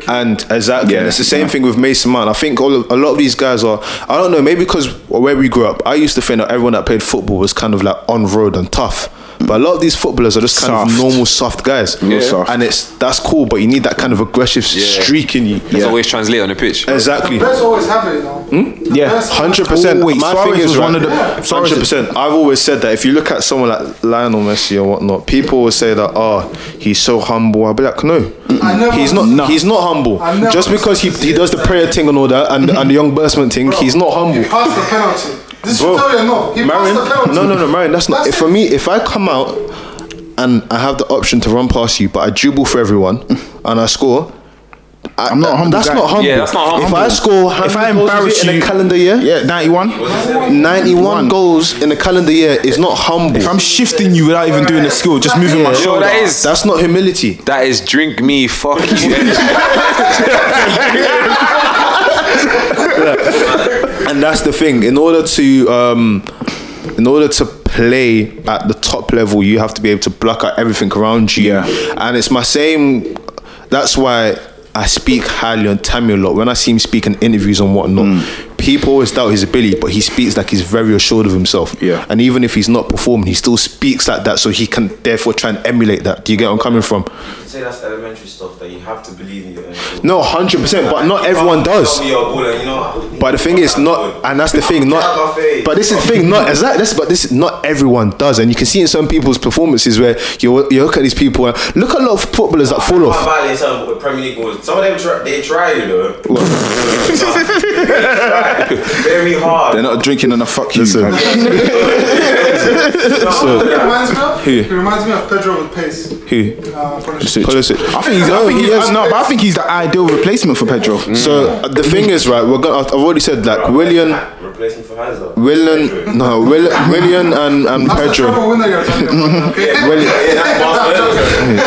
[SPEAKER 3] And exactly,
[SPEAKER 5] Hmm. Yeah,
[SPEAKER 3] it's the same thing with Mason Mount. I think all of, a lot of these guys are. I don't know, maybe because where we grew up, I used to think that everyone that played football was kind of like on road and tough. But a lot of these footballers are just kind
[SPEAKER 5] Soft.
[SPEAKER 3] of normal, soft guys,
[SPEAKER 5] Real soft.
[SPEAKER 3] and it's that's cool. But you need that kind of aggressive streak in you.
[SPEAKER 2] It's always translate on the pitch.
[SPEAKER 3] Exactly.
[SPEAKER 4] The best always have it, you know.
[SPEAKER 5] Yeah,
[SPEAKER 4] That's-
[SPEAKER 3] Hmm? Hundred percent.
[SPEAKER 5] Always.
[SPEAKER 3] My
[SPEAKER 5] Suarez
[SPEAKER 3] thing is
[SPEAKER 5] was
[SPEAKER 3] one
[SPEAKER 5] one
[SPEAKER 3] of
[SPEAKER 5] of the-
[SPEAKER 3] the
[SPEAKER 5] Suarez-
[SPEAKER 3] hundred percent. I've always said that if you look at someone like Lionel Messi or whatnot, people will say that oh he's so humble. I'll be like no,
[SPEAKER 4] I never-
[SPEAKER 3] he's not.
[SPEAKER 4] No.
[SPEAKER 3] He's not humble.
[SPEAKER 4] I never-
[SPEAKER 3] Just because he he does the prayer thing and all that and and the young burstman thing, he's not humble.
[SPEAKER 4] He passed the penalty. This
[SPEAKER 3] Bro,
[SPEAKER 4] should tell you enough. He
[SPEAKER 3] Marion,
[SPEAKER 4] passed the penalty.
[SPEAKER 3] no, no, no, Marion. That's not. If for me, if I come out and I have the option to run past you, but I dribble for everyone and I score. I,
[SPEAKER 5] I'm not a humble
[SPEAKER 3] That's
[SPEAKER 5] guy.
[SPEAKER 3] not humble.
[SPEAKER 2] Yeah, that's not
[SPEAKER 3] If
[SPEAKER 2] humble.
[SPEAKER 3] I score, how
[SPEAKER 5] If
[SPEAKER 3] many
[SPEAKER 5] I
[SPEAKER 3] goals is it
[SPEAKER 5] embarrass
[SPEAKER 3] in
[SPEAKER 5] you-
[SPEAKER 3] a calendar year,
[SPEAKER 5] Yeah, 91.
[SPEAKER 3] 91
[SPEAKER 5] One.
[SPEAKER 3] goals in a calendar year is not humble.
[SPEAKER 5] If I'm shifting you without even doing a skill, just moving my
[SPEAKER 2] You know what
[SPEAKER 5] shoulder.
[SPEAKER 2] that is?
[SPEAKER 3] That's not humility.
[SPEAKER 2] That is drink me, fuck you. energy.
[SPEAKER 3] And that's the thing. In order to um, in order to play at the top level, you have to be able to block out everything around you.
[SPEAKER 5] Yeah.
[SPEAKER 3] And it's my same that's why I speak highly on Tammy a lot. When I see him speak in interviews and whatnot, people always doubt his ability, but he speaks like he's very assured of himself.
[SPEAKER 5] Yeah.
[SPEAKER 3] And even if he's not performing, he still speaks like that, so he can therefore try and emulate that. Do you get where I'm coming from?
[SPEAKER 6] You say that's elementary stuff that you have to believe in your own. goal.
[SPEAKER 3] No, hundred percent. But not everyone does.
[SPEAKER 6] Tell me your ball and you know-
[SPEAKER 3] But the thing is, not, and that's the thing, not. But this is the thing, not exactly. This, but this, is not everyone does, and you can see in some people's performances where you you look at these people and look at a lot of footballers that fall
[SPEAKER 6] Can't
[SPEAKER 3] off.
[SPEAKER 6] violate some Premier League goals. Some of them try, they try you know. Very hard.
[SPEAKER 5] They're not drinking enough. Fuck you.
[SPEAKER 3] Listen.
[SPEAKER 5] fam.
[SPEAKER 4] It reminds me of,
[SPEAKER 3] Who?
[SPEAKER 4] it reminds me of Pedro with pace.
[SPEAKER 3] Who?
[SPEAKER 4] Uh, for the
[SPEAKER 3] Pulisic.
[SPEAKER 5] I think he's. I think he has, no, but I think he's the ideal replacement for Pedro. Mm.
[SPEAKER 3] So uh, the thing is, right? We're gonna. I've already said like William,
[SPEAKER 6] Replacement for Hazard.
[SPEAKER 3] William, no, Will, William and
[SPEAKER 4] That's
[SPEAKER 3] and
[SPEAKER 4] the
[SPEAKER 3] Pedro.
[SPEAKER 4] trouble winner you're talking about, okay?
[SPEAKER 6] Yeah, that's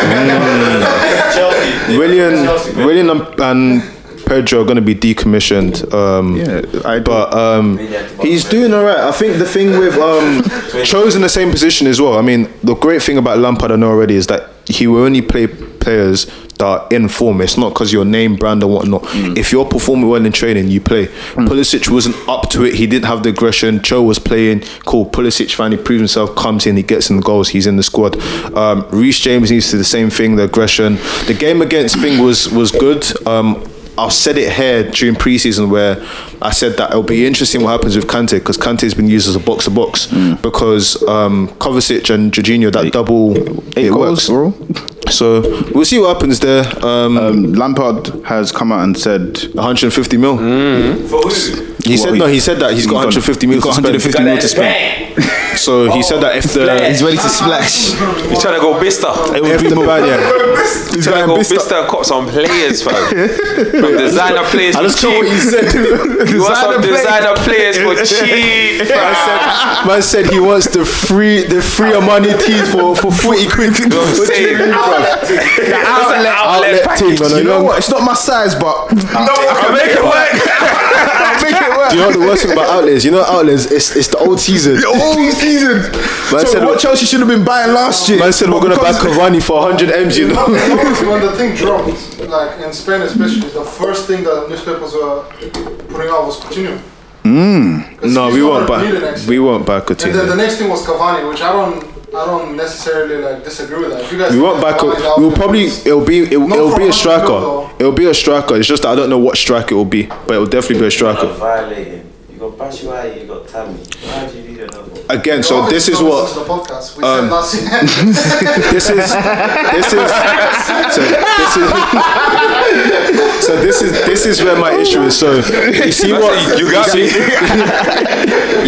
[SPEAKER 6] Barcelona. Chelsea.
[SPEAKER 3] William,
[SPEAKER 6] Chelsea.
[SPEAKER 3] William and, and Pedro are going to be decommissioned. Um,
[SPEAKER 5] Yeah, I do.
[SPEAKER 3] but um, he's doing all right. I think the thing with um, Cho's in the same position as well. I mean, the great thing about Lampard, I know already, is that he will only play players that are in form. It's not because your name, brand, and whatnot. If you're performing well in training, you play. Pulisic wasn't up to it. He didn't have the aggression. Cho was playing. Cool. Pulisic finally proved himself. Comes in. He gets in the goals. He's in the squad. Um, Reece James needs to do the same thing. The aggression. The game against Thing was was good. Um, I said it here during preseason where I said that it'll be interesting what happens with Kante because Kante has been used as a box to box because um, Kovacic and Jorginho that double
[SPEAKER 5] Mm. Eight
[SPEAKER 3] it
[SPEAKER 5] goals,
[SPEAKER 3] works.
[SPEAKER 5] bro.
[SPEAKER 3] So we'll see what happens there. Um,
[SPEAKER 5] Um, Lampard has come out and said
[SPEAKER 3] 150 mil.
[SPEAKER 5] mm.
[SPEAKER 6] For who?
[SPEAKER 3] He said
[SPEAKER 5] he-
[SPEAKER 3] no. He said that he's got
[SPEAKER 5] got-
[SPEAKER 3] 150
[SPEAKER 5] he's
[SPEAKER 3] mil.
[SPEAKER 5] got
[SPEAKER 3] to spend.
[SPEAKER 5] 150 mil to
[SPEAKER 6] Bang!
[SPEAKER 3] So he said that if the
[SPEAKER 5] ready to splash.
[SPEAKER 2] He's trying to go Bista.
[SPEAKER 3] if the bad, yeah.
[SPEAKER 2] He's trying to go Bista and cop some players, fam. From designer players for cheap.
[SPEAKER 3] said.
[SPEAKER 2] You want some designer players for cheap,
[SPEAKER 3] Man
[SPEAKER 2] fam.
[SPEAKER 3] said, man said he wants the free the free Armani tees for, for 40 quid.
[SPEAKER 2] You know what I'm saying? The outlet, outlet
[SPEAKER 3] Outlet team,
[SPEAKER 2] package.
[SPEAKER 3] man.
[SPEAKER 5] You know
[SPEAKER 3] know-
[SPEAKER 5] what? It's not my size, but
[SPEAKER 2] I'll make it work.
[SPEAKER 5] I'll make it work.
[SPEAKER 3] Do you know the worst thing about outlets? You know outlets, it's it's the old season.
[SPEAKER 5] The whole season.
[SPEAKER 3] Man
[SPEAKER 5] so
[SPEAKER 3] said-
[SPEAKER 5] what Chelsea should have been buying last year.
[SPEAKER 3] Man said we're gonna buy Cavani for 100 m's. You know.
[SPEAKER 4] Always when the thing dropped, like in Spain especially, the first thing that newspapers were putting out was Coutinho. Mm.
[SPEAKER 3] Hmm. No, we won't buy. We won't buy
[SPEAKER 4] And then the
[SPEAKER 3] Coutinho.
[SPEAKER 4] next thing was Cavani, which I don't, I don't necessarily like disagree with that. If you guys
[SPEAKER 3] We
[SPEAKER 4] think
[SPEAKER 3] won't buy.
[SPEAKER 4] that Cavani's
[SPEAKER 3] Co-
[SPEAKER 4] out
[SPEAKER 3] we'll
[SPEAKER 4] there,
[SPEAKER 3] probably uh,
[SPEAKER 4] it's-
[SPEAKER 3] it'll be it'll,
[SPEAKER 4] Not
[SPEAKER 3] it'll
[SPEAKER 4] for
[SPEAKER 3] be a
[SPEAKER 4] 100 though.
[SPEAKER 3] striker. It'll be a striker. It's just that I don't know what striker it will be, but it'll definitely be a
[SPEAKER 6] You're
[SPEAKER 3] striker.
[SPEAKER 6] not violating. You got Bashuai, you got Tammy. Why do you need another one?
[SPEAKER 3] Again,
[SPEAKER 4] You
[SPEAKER 3] so
[SPEAKER 4] obviously
[SPEAKER 3] this is
[SPEAKER 4] don't
[SPEAKER 3] what um,
[SPEAKER 4] listen to the podcast. We said last year.
[SPEAKER 3] this is this is so this is so this is this is where my issue is. So you see what
[SPEAKER 2] You got me.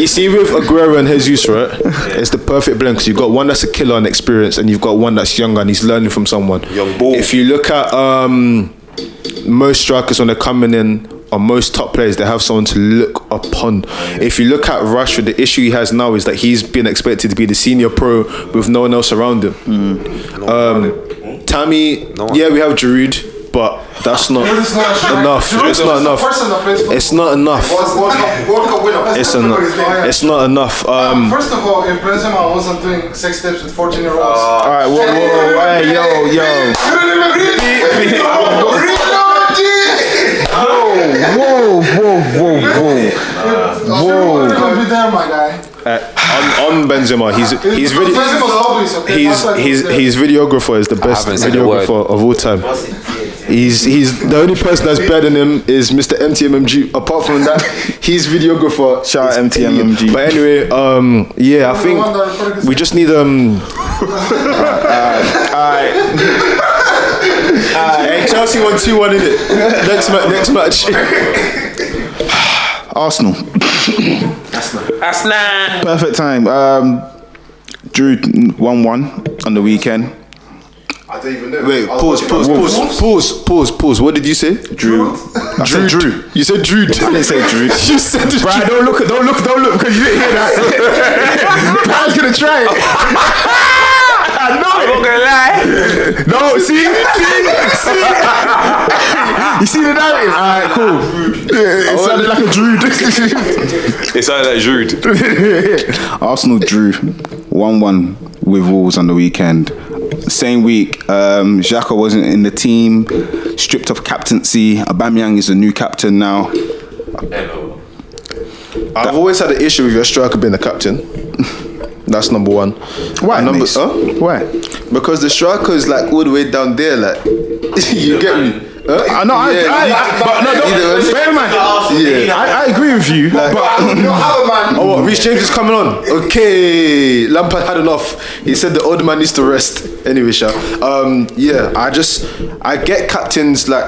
[SPEAKER 3] you see with Aguero and Jesus, right? It's the perfect blend because you've got one that's a killer and experienced, and you've got one that's younger and he's learning from someone.
[SPEAKER 2] Young bull.
[SPEAKER 3] If you look at um, most strikers when they're coming in, or most top players, they have someone to look upon. If you look at Rashford, the issue he has now is that he's been expected to be the senior pro with no one else around him. Um, Tammy,
[SPEAKER 2] one.
[SPEAKER 3] yeah, we have Giroud, but that's not
[SPEAKER 4] Giroud's not Giroud.
[SPEAKER 3] enough. It's
[SPEAKER 4] Giroud's
[SPEAKER 3] not
[SPEAKER 4] the person that plays
[SPEAKER 3] enough.
[SPEAKER 4] football.
[SPEAKER 3] It's not enough.
[SPEAKER 4] World World Cup, World Cup winner.
[SPEAKER 3] It's not. It's not enough. Um,
[SPEAKER 4] First of all, if Benzema wasn't doing sex steps with 14 year olds.
[SPEAKER 3] all right, whoa, whoa, whoa, hey, yo, yo.
[SPEAKER 5] Whoa, whoa, whoa, whoa.
[SPEAKER 4] Whoa! Gonna be there, my guy.
[SPEAKER 3] Uh, on, on Benzema, he's he's really.
[SPEAKER 4] Benzema's hobbies, okay?
[SPEAKER 3] He's
[SPEAKER 4] That's why
[SPEAKER 3] he's
[SPEAKER 4] there.
[SPEAKER 3] his videographer is the best
[SPEAKER 2] haven't said a word.
[SPEAKER 3] videographer of all time.
[SPEAKER 6] What's it? TNT?
[SPEAKER 3] He's he's the only person that's better than him is Mr. MTMMG. Apart from that, he's videographer.
[SPEAKER 5] Shout out
[SPEAKER 3] is alien.
[SPEAKER 5] MTMMG.
[SPEAKER 3] But anyway, um, yeah, I
[SPEAKER 4] The
[SPEAKER 3] think
[SPEAKER 4] one that recorded this-
[SPEAKER 3] we just need um. Hey, Chelsea won two one in it. Next match, next match.
[SPEAKER 5] Arsenal.
[SPEAKER 2] That's not.
[SPEAKER 5] Perfect time. Um, Drew one one on the weekend.
[SPEAKER 7] I don't even know.
[SPEAKER 3] Wait,
[SPEAKER 7] I was
[SPEAKER 3] pause,
[SPEAKER 7] watching-
[SPEAKER 3] pause, pause, pause, pause, pause. What did you say?
[SPEAKER 5] Drew. I said Drew.
[SPEAKER 3] You said Drew.
[SPEAKER 5] I didn't say Drew.
[SPEAKER 3] You said
[SPEAKER 5] Brian, don't look, don't look, don't look, because you didn't hear that. Brian's gonna try it. I know
[SPEAKER 2] I'm not gonna lie.
[SPEAKER 5] No, see, see, see. you see the narrative? All right, cool. Yeah, it sounded like a Drew.
[SPEAKER 2] It sounded like Jude.
[SPEAKER 5] Arsenal drew 1 1 with Wolves on the weekend. Same week, um, Xhaka wasn't in the team, stripped of captaincy. Aubameyang is the new captain now.
[SPEAKER 6] Hello.
[SPEAKER 3] I've always had an issue with your striker being the captain. That's number one.
[SPEAKER 5] Why?
[SPEAKER 3] Number,
[SPEAKER 5] Mace?
[SPEAKER 3] huh?
[SPEAKER 5] Why?
[SPEAKER 3] Because the striker is like all the way down there, like you get me. Huh?
[SPEAKER 5] I know, I,
[SPEAKER 3] Yeah,
[SPEAKER 5] I,
[SPEAKER 3] you-
[SPEAKER 5] I, but no,
[SPEAKER 3] either
[SPEAKER 5] don't,
[SPEAKER 3] way.
[SPEAKER 5] bear in mind,
[SPEAKER 3] Yeah.
[SPEAKER 5] I, I agree with you, but um,
[SPEAKER 4] You have a man.
[SPEAKER 3] Oh, what? Reece James is coming on. Okay, Lampard had enough. He said the old man needs to rest. Anyway, Sha. Um, yeah, I just I get captains like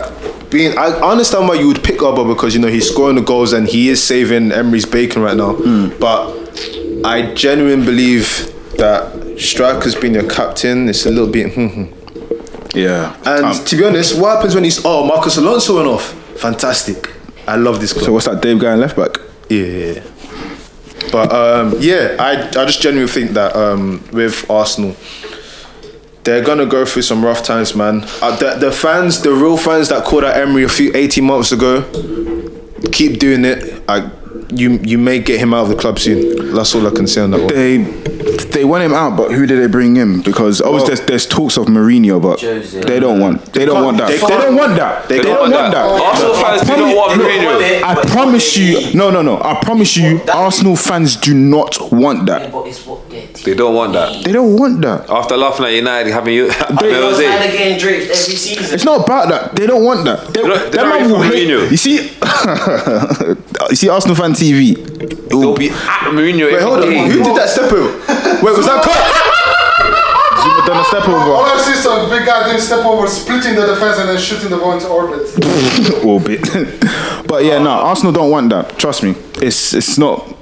[SPEAKER 3] being, I I understand why you would pick Alba because you know he's scoring the goals and he is saving Emery's bacon right now.
[SPEAKER 5] Hmm.
[SPEAKER 3] But I genuinely believe that Striker's been your captain. It's a little bit. hmm, hmm.
[SPEAKER 5] Yeah.
[SPEAKER 3] And
[SPEAKER 5] Um,
[SPEAKER 3] to be honest, what happens when he's oh Marcus Alonso went off? Fantastic. I love this club.
[SPEAKER 5] so what's that Dave guy in left back?
[SPEAKER 3] Yeah. But um, yeah, I, I just genuinely think that um, with Arsenal, they're gonna go through some rough times, man. Uh, the, the fans, the real fans that called out Emery a few eighteen months ago, keep doing it. I, you you may get him out of the club soon. That's all I can say on that one.
[SPEAKER 5] They they want him out, but who did they bring in? Because obviously
[SPEAKER 3] Well-
[SPEAKER 5] there's, there's talks of Mourinho, but
[SPEAKER 6] Jose.
[SPEAKER 5] they don't want they don't
[SPEAKER 3] can't-
[SPEAKER 5] want that.
[SPEAKER 3] they
[SPEAKER 5] They,
[SPEAKER 3] can't-
[SPEAKER 5] don't want that. They, don't, want that.
[SPEAKER 2] Arsenal
[SPEAKER 5] I
[SPEAKER 2] fans do
[SPEAKER 5] promise-
[SPEAKER 2] not want
[SPEAKER 5] look,
[SPEAKER 2] Mourinho.
[SPEAKER 5] I promise you, no, no, no. I promise you,
[SPEAKER 6] That-
[SPEAKER 5] Arsenal fans do not want
[SPEAKER 8] Yeah,
[SPEAKER 5] that.
[SPEAKER 8] but it's what their team
[SPEAKER 2] They don't want that.
[SPEAKER 5] They don't want that.
[SPEAKER 2] After laughing at United having you, having
[SPEAKER 6] Those
[SPEAKER 2] Jose.
[SPEAKER 6] are the game drapes every season.
[SPEAKER 5] It's not about that. They don't want that. They,
[SPEAKER 2] don't- they
[SPEAKER 5] that
[SPEAKER 2] don't
[SPEAKER 5] man
[SPEAKER 2] really
[SPEAKER 5] will
[SPEAKER 2] want
[SPEAKER 5] hate.
[SPEAKER 2] Mourinho.
[SPEAKER 5] You see, you see, Arsenal fan TV.
[SPEAKER 2] They'll be at Mourinho.
[SPEAKER 3] Wait,
[SPEAKER 2] every
[SPEAKER 3] hold on.
[SPEAKER 2] day.
[SPEAKER 3] Who did that step over? Wait, was that cut?
[SPEAKER 5] Zuma done a step
[SPEAKER 4] All
[SPEAKER 5] over.
[SPEAKER 4] I see is some big guy doing step over, splitting the defense and then shooting the ball into orbit.
[SPEAKER 5] Or bit. but yeah, no, Arsenal don't want that. Trust me, it's it's not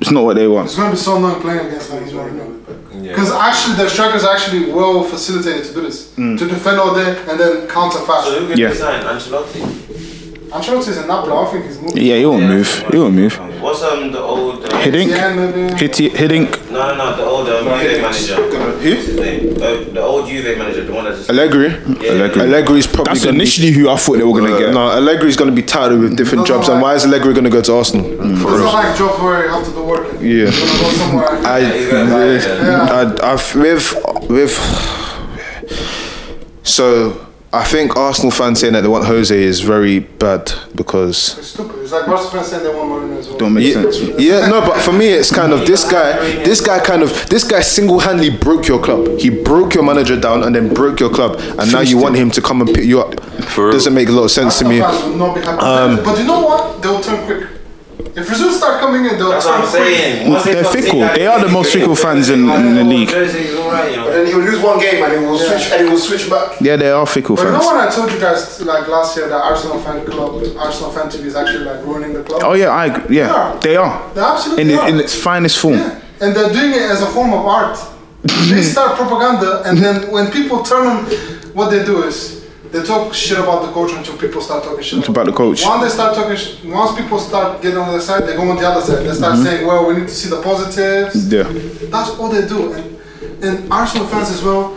[SPEAKER 5] it's not what they want.
[SPEAKER 4] It's going to be so annoying playing against them. Because actually, the strikers are actually well facilitated to do this.
[SPEAKER 3] Mm.
[SPEAKER 4] To defend all day and then counter fast.
[SPEAKER 6] So who can
[SPEAKER 5] Yeah.
[SPEAKER 6] resign? Ancelotti.
[SPEAKER 4] Ancelotti's in Napoli. I don't think he's moving.
[SPEAKER 5] Yeah, he won't move. He won't move.
[SPEAKER 6] What's um the old? Uh,
[SPEAKER 5] Hiddink,
[SPEAKER 4] Yeah, maybe.
[SPEAKER 5] Hitti- Hiddink.
[SPEAKER 6] No, no, the old um, Juve manager. What's
[SPEAKER 3] Who?
[SPEAKER 6] his name? Uh, the old Juve manager, the one that just.
[SPEAKER 3] Allegri.
[SPEAKER 6] Allegri.
[SPEAKER 3] Allegri's probably
[SPEAKER 5] That's
[SPEAKER 3] gonna be-
[SPEAKER 5] initially who I thought they were gonna
[SPEAKER 3] Uh,
[SPEAKER 5] get.
[SPEAKER 3] No, Allegri's going to be tired with different
[SPEAKER 4] No, no,
[SPEAKER 3] jobs. And
[SPEAKER 4] I-
[SPEAKER 3] why is Allegri going to go to Arsenal?
[SPEAKER 5] Mm,
[SPEAKER 4] It's not like job where you have to do work. and
[SPEAKER 3] Yeah.
[SPEAKER 4] you're gonna go somewhere and-
[SPEAKER 3] I,
[SPEAKER 6] he's gonna buy it,
[SPEAKER 3] I, I, I've, with, with, so I think Arsenal fans saying that they want Jose is very bad because.
[SPEAKER 4] It's stupid. It's like Barca fans saying they want Mourinho as well.
[SPEAKER 5] Don't make
[SPEAKER 3] Yeah,
[SPEAKER 5] sense.
[SPEAKER 3] yeah, no, but for me, it's kind of this guy. This guy kind of this guy single-handedly broke your club. He broke your manager down and then broke your club, and now you want him to come and pick you up.
[SPEAKER 2] real.
[SPEAKER 3] Doesn't make a lot of sense to me. Um,
[SPEAKER 4] Fans will not be happy. but you know what? They'll turn quick. If results start coming in, they'll
[SPEAKER 6] That's
[SPEAKER 4] turn
[SPEAKER 6] what I'm
[SPEAKER 4] quick.
[SPEAKER 6] saying. Once
[SPEAKER 5] They're
[SPEAKER 6] stop
[SPEAKER 5] fickle.
[SPEAKER 6] saying that,
[SPEAKER 5] They are the most fickle fans in- in the league.
[SPEAKER 6] Jose is alright, you know.
[SPEAKER 7] But then he'll lose one game and he will switch and he will switch back.
[SPEAKER 5] Yeah, they are fickle
[SPEAKER 4] But you
[SPEAKER 5] fans.
[SPEAKER 4] know when I told you guys like last year that Arsenal fan club, Arsenal fan TV is actually like ruining the club.
[SPEAKER 5] Oh yeah, I agree.
[SPEAKER 4] Yeah.
[SPEAKER 5] yeah, they are.
[SPEAKER 4] They absolutely
[SPEAKER 5] in,
[SPEAKER 4] are.
[SPEAKER 5] in its finest form.
[SPEAKER 4] Yeah. And they're doing it as a form of art. they start propaganda, and then when people turn on, what they do is they talk shit about the coach until people start talking shit
[SPEAKER 5] About the coach.
[SPEAKER 4] Once they start talking, sh- once people start getting on their side, they go on the other side. They start
[SPEAKER 5] Mm-hmm.
[SPEAKER 4] saying, "Well, we need to see the positives."
[SPEAKER 5] Yeah.
[SPEAKER 4] That's all they do, and and Arsenal fans as well.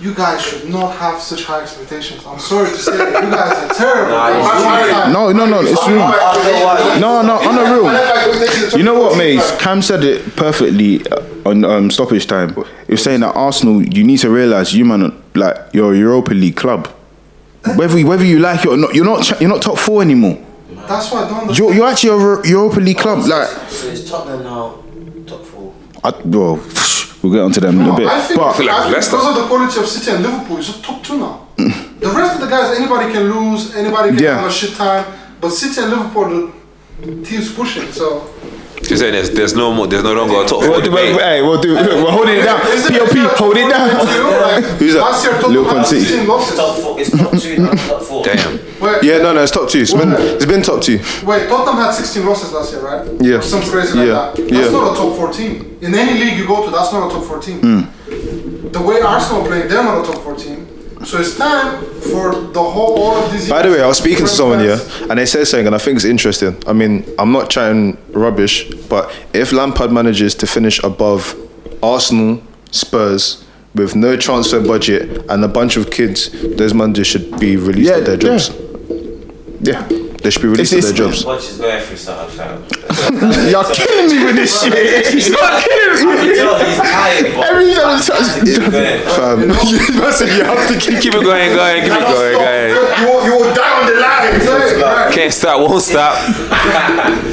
[SPEAKER 4] You guys should not have such high expectations. I'm sorry to say, it, you guys are terrible.
[SPEAKER 6] Nah, it's
[SPEAKER 5] No, no, no, it's real. No, no, on the real. You know what, mates? Cam said it perfectly uh, on um, stoppage time. He was saying that Arsenal, you need to realize you man, like you're a Europa League club. Whether whether you like it or not, you're not cha- you're not top four anymore.
[SPEAKER 4] That's why I don't.
[SPEAKER 5] You're, you're actually a Ro- Europa League club. Like,
[SPEAKER 6] So it's Tottenham now, top four.
[SPEAKER 5] I, well, we'll get onto them in a bit.
[SPEAKER 4] I think,
[SPEAKER 5] But
[SPEAKER 4] I think
[SPEAKER 2] Leicester.
[SPEAKER 4] because of the quality of City and Liverpool, it's just top two now. the rest of the guys, anybody can lose, anybody can
[SPEAKER 5] Yeah.
[SPEAKER 4] have a shit time, but City and Liverpool, the team's pushing. So
[SPEAKER 2] He's saying there's, there's no more, there's no longer a top four
[SPEAKER 5] We'll do-
[SPEAKER 2] debate.
[SPEAKER 5] hey, we'll do. We're holding it down.
[SPEAKER 4] Isn't it
[SPEAKER 5] POP,
[SPEAKER 4] just-
[SPEAKER 5] hold it
[SPEAKER 4] You
[SPEAKER 5] down.
[SPEAKER 4] know, like,
[SPEAKER 5] Who's that?
[SPEAKER 4] Last year, Tottenham
[SPEAKER 5] Liverpool
[SPEAKER 4] had
[SPEAKER 5] City.
[SPEAKER 4] 16 losses.
[SPEAKER 6] Top four. It's top two, not top four.
[SPEAKER 2] Damn.
[SPEAKER 4] Wait,
[SPEAKER 3] Yeah, no, no, it's top two. It's been it's been top two.
[SPEAKER 4] wait, Tottenham had 16 losses last year, right?
[SPEAKER 3] Yeah.
[SPEAKER 4] Or Some crazy
[SPEAKER 3] Yeah.
[SPEAKER 4] like that. That's
[SPEAKER 3] Yeah.
[SPEAKER 4] not a top 14. In any league you go to, that's not a top 14.
[SPEAKER 3] Hmm.
[SPEAKER 4] The way Arsenal playing, they're not a top 14. So it's time for the whole all of these.
[SPEAKER 3] By the way, I was speaking to
[SPEAKER 4] different
[SPEAKER 3] someone here,
[SPEAKER 4] fans-
[SPEAKER 3] and they said something, and I think it's interesting. I mean, I'm not chatting rubbish, but if Lampard manages to finish above Arsenal, Spurs, with no transfer budget and a bunch of kids, those managers should be released
[SPEAKER 5] Yeah,
[SPEAKER 3] at their jobs.
[SPEAKER 5] Yeah.
[SPEAKER 3] They should be released
[SPEAKER 5] It's-
[SPEAKER 3] at their
[SPEAKER 5] it's-
[SPEAKER 3] jobs.
[SPEAKER 6] Watch is going through something, fam.
[SPEAKER 5] You're killing me with this shit. You're killing me.
[SPEAKER 6] You know he's tired, but
[SPEAKER 5] Every time it's
[SPEAKER 6] he's going.
[SPEAKER 3] Um,
[SPEAKER 5] you have to keep
[SPEAKER 2] Keep it going, going, keep it going, going.
[SPEAKER 7] You will, you will die on the line.
[SPEAKER 4] Hey, right.
[SPEAKER 2] Can't stop, won't stop.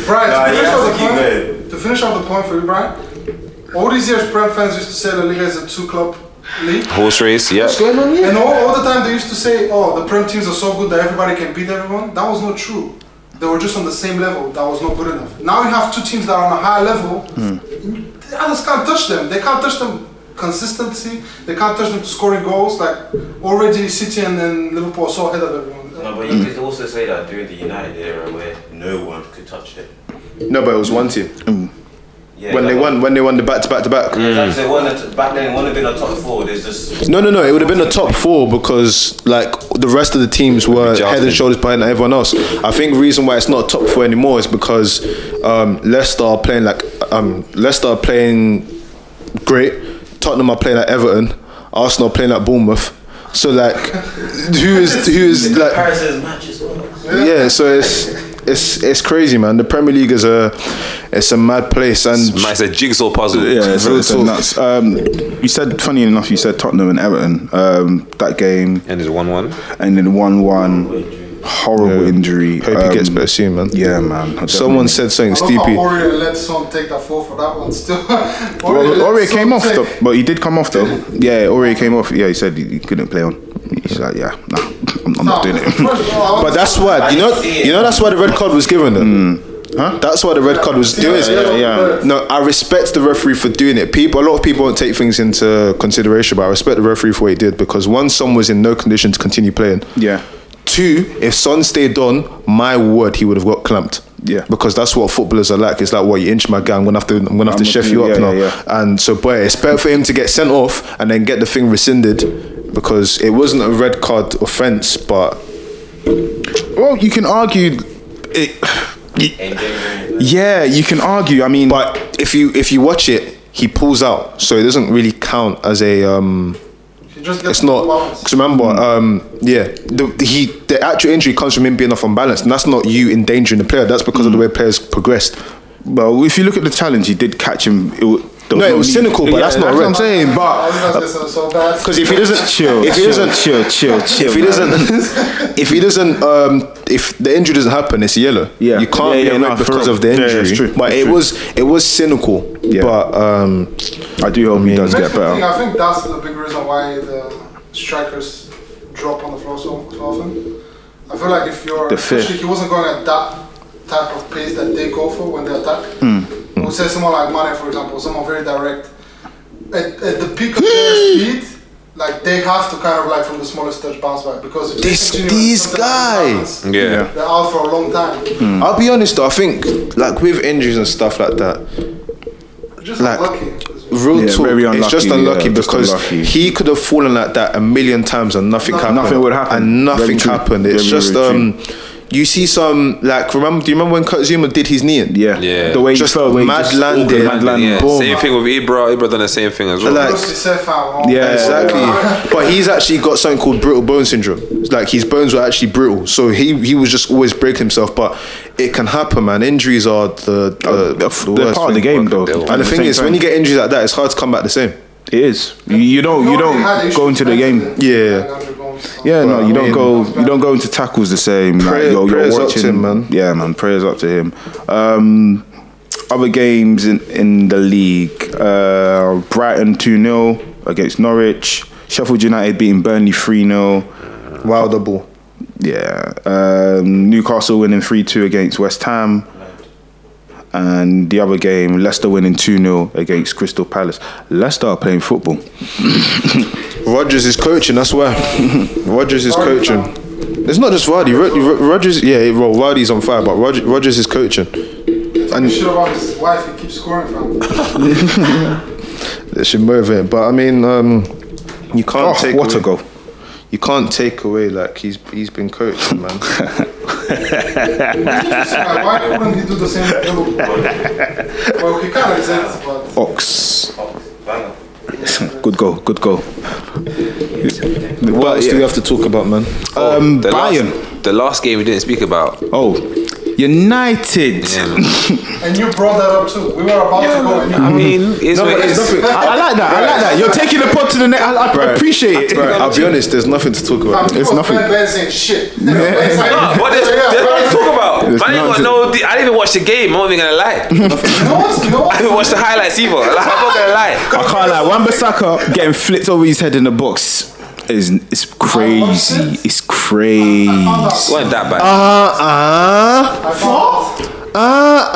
[SPEAKER 4] Brian,
[SPEAKER 6] Nah,
[SPEAKER 4] to,
[SPEAKER 6] you
[SPEAKER 4] finish
[SPEAKER 6] have
[SPEAKER 4] off
[SPEAKER 6] to
[SPEAKER 4] the
[SPEAKER 6] keep
[SPEAKER 4] point,
[SPEAKER 6] going.
[SPEAKER 4] to finish off the point for you, Brian, all these years, Prem fans used to say La Liga is a two club league.
[SPEAKER 2] Horse race, yeah.
[SPEAKER 4] And all, all the time they used to say, oh, the Prem teams are so good that everybody can beat everyone. That was not true. They were just on the same level. That was not good enough. Now you have two teams that are on a higher level.
[SPEAKER 5] Hmm.
[SPEAKER 4] The others can't touch them. They can't touch them consistency. They can't touch them to scoring goals. Like already City and then Liverpool are so ahead of everyone.
[SPEAKER 6] No, but but you could also say that during the United era where no one could touch them.
[SPEAKER 3] No, but it was one team
[SPEAKER 6] Yeah,
[SPEAKER 3] when they
[SPEAKER 6] like-
[SPEAKER 3] won. When they won the back to back to back.
[SPEAKER 6] Like I said, one of the- back then, one have been a top four. There's just
[SPEAKER 3] No, no, no. It would have been a top four because like the rest of the teams were
[SPEAKER 2] Jousting.
[SPEAKER 3] head and shoulders behind everyone else. I think the reason why it's not top four anymore is because um, Leicester are playing like um, Leicester are playing great. Tottenham are playing like Everton. Arsenal are playing like Bournemouth. So like, who is who is like
[SPEAKER 6] Paris's match as well.
[SPEAKER 3] yeah, so it's it's it's crazy, man. The Premier League is a it's a mad place, and
[SPEAKER 2] Man, it's a jigsaw puzzle.
[SPEAKER 5] Yeah, it's,
[SPEAKER 3] Real
[SPEAKER 5] it's
[SPEAKER 3] talk.
[SPEAKER 5] nuts. Um, you said, funny enough, you said Tottenham and Everton. Um, that game
[SPEAKER 2] And it's one one.
[SPEAKER 5] ended one-one. Horrible injury.
[SPEAKER 3] hope
[SPEAKER 5] um,
[SPEAKER 3] he gets better soon, man.
[SPEAKER 5] Yeah, man.
[SPEAKER 3] Someone said something,
[SPEAKER 4] I love how
[SPEAKER 3] Steepy.
[SPEAKER 4] Warrior let Son take that four for that one still.
[SPEAKER 5] Well,
[SPEAKER 4] let
[SPEAKER 5] Aurier
[SPEAKER 4] Son
[SPEAKER 5] came off
[SPEAKER 4] take-
[SPEAKER 5] though, but he did come off though. Yeah, Aurier came off. Yeah, he said he he couldn't play on. He's like, yeah, nah, I'm, I'm
[SPEAKER 4] Nah,
[SPEAKER 5] not doing it.
[SPEAKER 4] first of all, I want
[SPEAKER 3] But
[SPEAKER 4] to-
[SPEAKER 3] that's why you know you know that's why the red card was given. Them. Huh? That's why the red card was doing.
[SPEAKER 5] Hmm. yeah, yeah.
[SPEAKER 3] No, I respect the referee for doing it. People, a lot of people don't take things into consideration, but I respect the referee for what he did because one, Son was in no condition to continue playing.
[SPEAKER 5] yeah,
[SPEAKER 3] Two, if Son stayed on, my word, he would have got clamped.
[SPEAKER 5] Yeah.
[SPEAKER 3] Because that's what footballers are like. It's like, well, you inch my guy, I'm gonna have to, I'm gonna have
[SPEAKER 5] I'm
[SPEAKER 3] to
[SPEAKER 5] gonna
[SPEAKER 3] chef
[SPEAKER 5] do-
[SPEAKER 3] you up
[SPEAKER 5] yeah,
[SPEAKER 3] now.
[SPEAKER 5] yeah,
[SPEAKER 3] And so, boy, it's better for him to get sent off and then get the thing rescinded because it wasn't a red card offence, but
[SPEAKER 5] Well, you can argue. It,
[SPEAKER 6] Endangering.
[SPEAKER 5] yeah, you can argue. I mean,
[SPEAKER 3] but if you if you watch it, he pulls out, so it doesn't really count as a um.
[SPEAKER 4] He just gets
[SPEAKER 3] It's not
[SPEAKER 4] allowance.
[SPEAKER 3] because remember,
[SPEAKER 5] Hmm.
[SPEAKER 3] um, yeah, the, the- he the actual injury comes from him being off on balance, and that's not you endangering the player. That's
[SPEAKER 5] Hmm.
[SPEAKER 3] because of the way players progressed.
[SPEAKER 5] well, if you look at the challenge, he did catch him. It, wa- there
[SPEAKER 3] No, it
[SPEAKER 5] no
[SPEAKER 3] was
[SPEAKER 5] need-
[SPEAKER 3] cynical, but
[SPEAKER 5] Yeah,
[SPEAKER 3] that's not
[SPEAKER 5] what
[SPEAKER 3] red.
[SPEAKER 5] I'm saying.
[SPEAKER 4] I
[SPEAKER 5] But
[SPEAKER 4] was gonna say so- so bad.
[SPEAKER 3] Because if he doesn't
[SPEAKER 5] chill,
[SPEAKER 3] if he
[SPEAKER 5] chill,
[SPEAKER 3] doesn't,
[SPEAKER 5] chill, chill, chill.
[SPEAKER 3] if he
[SPEAKER 5] man.
[SPEAKER 3] doesn't, if he doesn't, um, if the injury doesn't happen, it's yellow.
[SPEAKER 5] Yeah.
[SPEAKER 3] you can't
[SPEAKER 5] Yeah,
[SPEAKER 3] be
[SPEAKER 5] yeah,
[SPEAKER 3] a red
[SPEAKER 5] no, for
[SPEAKER 3] because
[SPEAKER 5] real.
[SPEAKER 3] of the
[SPEAKER 5] Yeah, yeah,
[SPEAKER 3] injury.
[SPEAKER 5] it's true,
[SPEAKER 3] But
[SPEAKER 5] it's
[SPEAKER 3] it
[SPEAKER 5] true.
[SPEAKER 3] was it was cynical.
[SPEAKER 5] Yeah.
[SPEAKER 3] But um,
[SPEAKER 5] I do hope he does
[SPEAKER 4] Makes me
[SPEAKER 5] get
[SPEAKER 4] think-
[SPEAKER 5] better.
[SPEAKER 4] I think that's the big reason why the strikers drop on the floor so so often. I feel like if you're,
[SPEAKER 5] The fear.
[SPEAKER 4] especially he wasn't going at that type of pace that they go for when they attack. We'll say someone like Mane, for example, someone very direct. At, at the peak of their speed, like they have to kind of like from the smallest touch bounce back because if they
[SPEAKER 3] This-
[SPEAKER 4] continue with
[SPEAKER 3] these
[SPEAKER 4] something like
[SPEAKER 3] guys. Hmm.
[SPEAKER 4] this balance,
[SPEAKER 2] Yeah.
[SPEAKER 5] Yeah.
[SPEAKER 4] they're out for a long time.
[SPEAKER 5] Hmm.
[SPEAKER 3] I'll be honest though, I think like with injuries and stuff like that,
[SPEAKER 4] Just
[SPEAKER 3] Like-
[SPEAKER 4] lucky.
[SPEAKER 3] real
[SPEAKER 5] Yeah,
[SPEAKER 3] talk.
[SPEAKER 5] very
[SPEAKER 3] it's just
[SPEAKER 5] unlucky,
[SPEAKER 3] unlucky
[SPEAKER 5] yeah, just
[SPEAKER 3] because
[SPEAKER 5] unlucky.
[SPEAKER 3] he could have fallen like that a million times and nothing happened.
[SPEAKER 5] Nothing would happen.
[SPEAKER 3] And
[SPEAKER 5] Very
[SPEAKER 3] nothing
[SPEAKER 5] true.
[SPEAKER 3] happened. It's
[SPEAKER 5] Very,
[SPEAKER 3] just
[SPEAKER 5] very true.
[SPEAKER 3] um, you see some like remember? Do you remember when Kurt Zuma did his knee? in?
[SPEAKER 5] Yeah,
[SPEAKER 2] Yeah.
[SPEAKER 5] The way
[SPEAKER 3] Just
[SPEAKER 5] he fell, the way he
[SPEAKER 3] mad
[SPEAKER 5] just
[SPEAKER 3] landing.
[SPEAKER 5] awkward mad
[SPEAKER 3] Mad
[SPEAKER 5] landing.
[SPEAKER 2] Yeah,
[SPEAKER 5] Boom.
[SPEAKER 2] same thing with Ibra. Ibra done the same thing as well.
[SPEAKER 3] Like-
[SPEAKER 4] Mostly safe out.
[SPEAKER 5] Yeah.
[SPEAKER 3] Exactly, but he's actually got something called brittle bone syndrome. It's like his bones were actually brittle, so he he was just always breaking himself. But it can happen, man. Injuries are the the,
[SPEAKER 5] Uh, They're
[SPEAKER 3] the worst
[SPEAKER 5] part of the
[SPEAKER 3] thing.
[SPEAKER 5] game, though.
[SPEAKER 3] And the thing is, when you get injuries like that, it's hard to come back the same.
[SPEAKER 5] It is. You, you don't. Oh, You don't go into the game.
[SPEAKER 3] Yeah.
[SPEAKER 5] Yeah,
[SPEAKER 3] But
[SPEAKER 5] no,
[SPEAKER 3] I
[SPEAKER 5] you don't
[SPEAKER 3] mean-
[SPEAKER 5] go. You don't go into tackles the same. like,
[SPEAKER 3] Prayer-
[SPEAKER 5] you're, you're
[SPEAKER 3] prayers
[SPEAKER 5] watching,
[SPEAKER 3] up to him, man.
[SPEAKER 5] Yeah, man. Prayers up to him. Um, other games in, in the league: uh, Brighton two 0 against Norwich. Sheffield United beating Burnley three 0
[SPEAKER 3] Wilder ball.
[SPEAKER 5] Yeah. Um, Newcastle winning three two against West Ham. And the other game, Leicester winning 2 0 against Crystal Palace. Leicester are playing football.
[SPEAKER 3] Rodgers is coaching. That's why. Rodgers is coaching. It's not just Vardy. Rod- Rod- Rodgers, yeah, well, Vardy's on fire, but Rod- Rodgers is coaching.
[SPEAKER 4] And shit about his wife, he keeps scoring from.
[SPEAKER 3] That should motivate. But I mean, um, you
[SPEAKER 5] Oh,
[SPEAKER 3] can't take
[SPEAKER 5] what a
[SPEAKER 3] away,
[SPEAKER 5] goal.
[SPEAKER 3] You can't take away like he's he's been coaching, man.
[SPEAKER 4] Like, why couldn't he do the same with Liverpool? well, he kind of exists, but
[SPEAKER 5] Ox.
[SPEAKER 6] Banger.
[SPEAKER 5] Good goal, good goal.
[SPEAKER 3] what else do we have to talk about, man?
[SPEAKER 2] Oh,
[SPEAKER 5] um,
[SPEAKER 2] the
[SPEAKER 5] Bayern.
[SPEAKER 2] Last, the last game we didn't speak about.
[SPEAKER 5] Oh,
[SPEAKER 4] and
[SPEAKER 5] United.
[SPEAKER 4] you brought that up too. We were about to go. And you,
[SPEAKER 2] I mean, it's
[SPEAKER 3] No,
[SPEAKER 2] what
[SPEAKER 3] but
[SPEAKER 2] it
[SPEAKER 3] it's
[SPEAKER 2] is.
[SPEAKER 3] nothing.
[SPEAKER 5] I, I like that. I like that. You're taking the pod to the next. I, I appreciate it.
[SPEAKER 3] Right, I'll be honest. There's nothing to talk
[SPEAKER 4] I'm
[SPEAKER 3] about.
[SPEAKER 4] people
[SPEAKER 5] it's
[SPEAKER 4] was
[SPEAKER 5] nothing.
[SPEAKER 4] bad, bad saying shit. It's like-
[SPEAKER 2] Nah, what is,
[SPEAKER 4] Yeah,
[SPEAKER 2] there's nothing
[SPEAKER 4] yeah.
[SPEAKER 2] to talk about.
[SPEAKER 5] There's
[SPEAKER 2] I didn't
[SPEAKER 5] nothing
[SPEAKER 2] even know. The, I didn't even watch the game. I'm not even gonna lie.
[SPEAKER 4] You know what? You know
[SPEAKER 2] I didn't
[SPEAKER 4] what?
[SPEAKER 2] watch the highlights either. Like, I'm not gonna lie.
[SPEAKER 5] I can't lie. Wan Bissaka getting flipped over his head in the box is it's crazy. It's crazy.
[SPEAKER 2] It wasn't that bad.
[SPEAKER 3] Uh uh
[SPEAKER 4] I found out.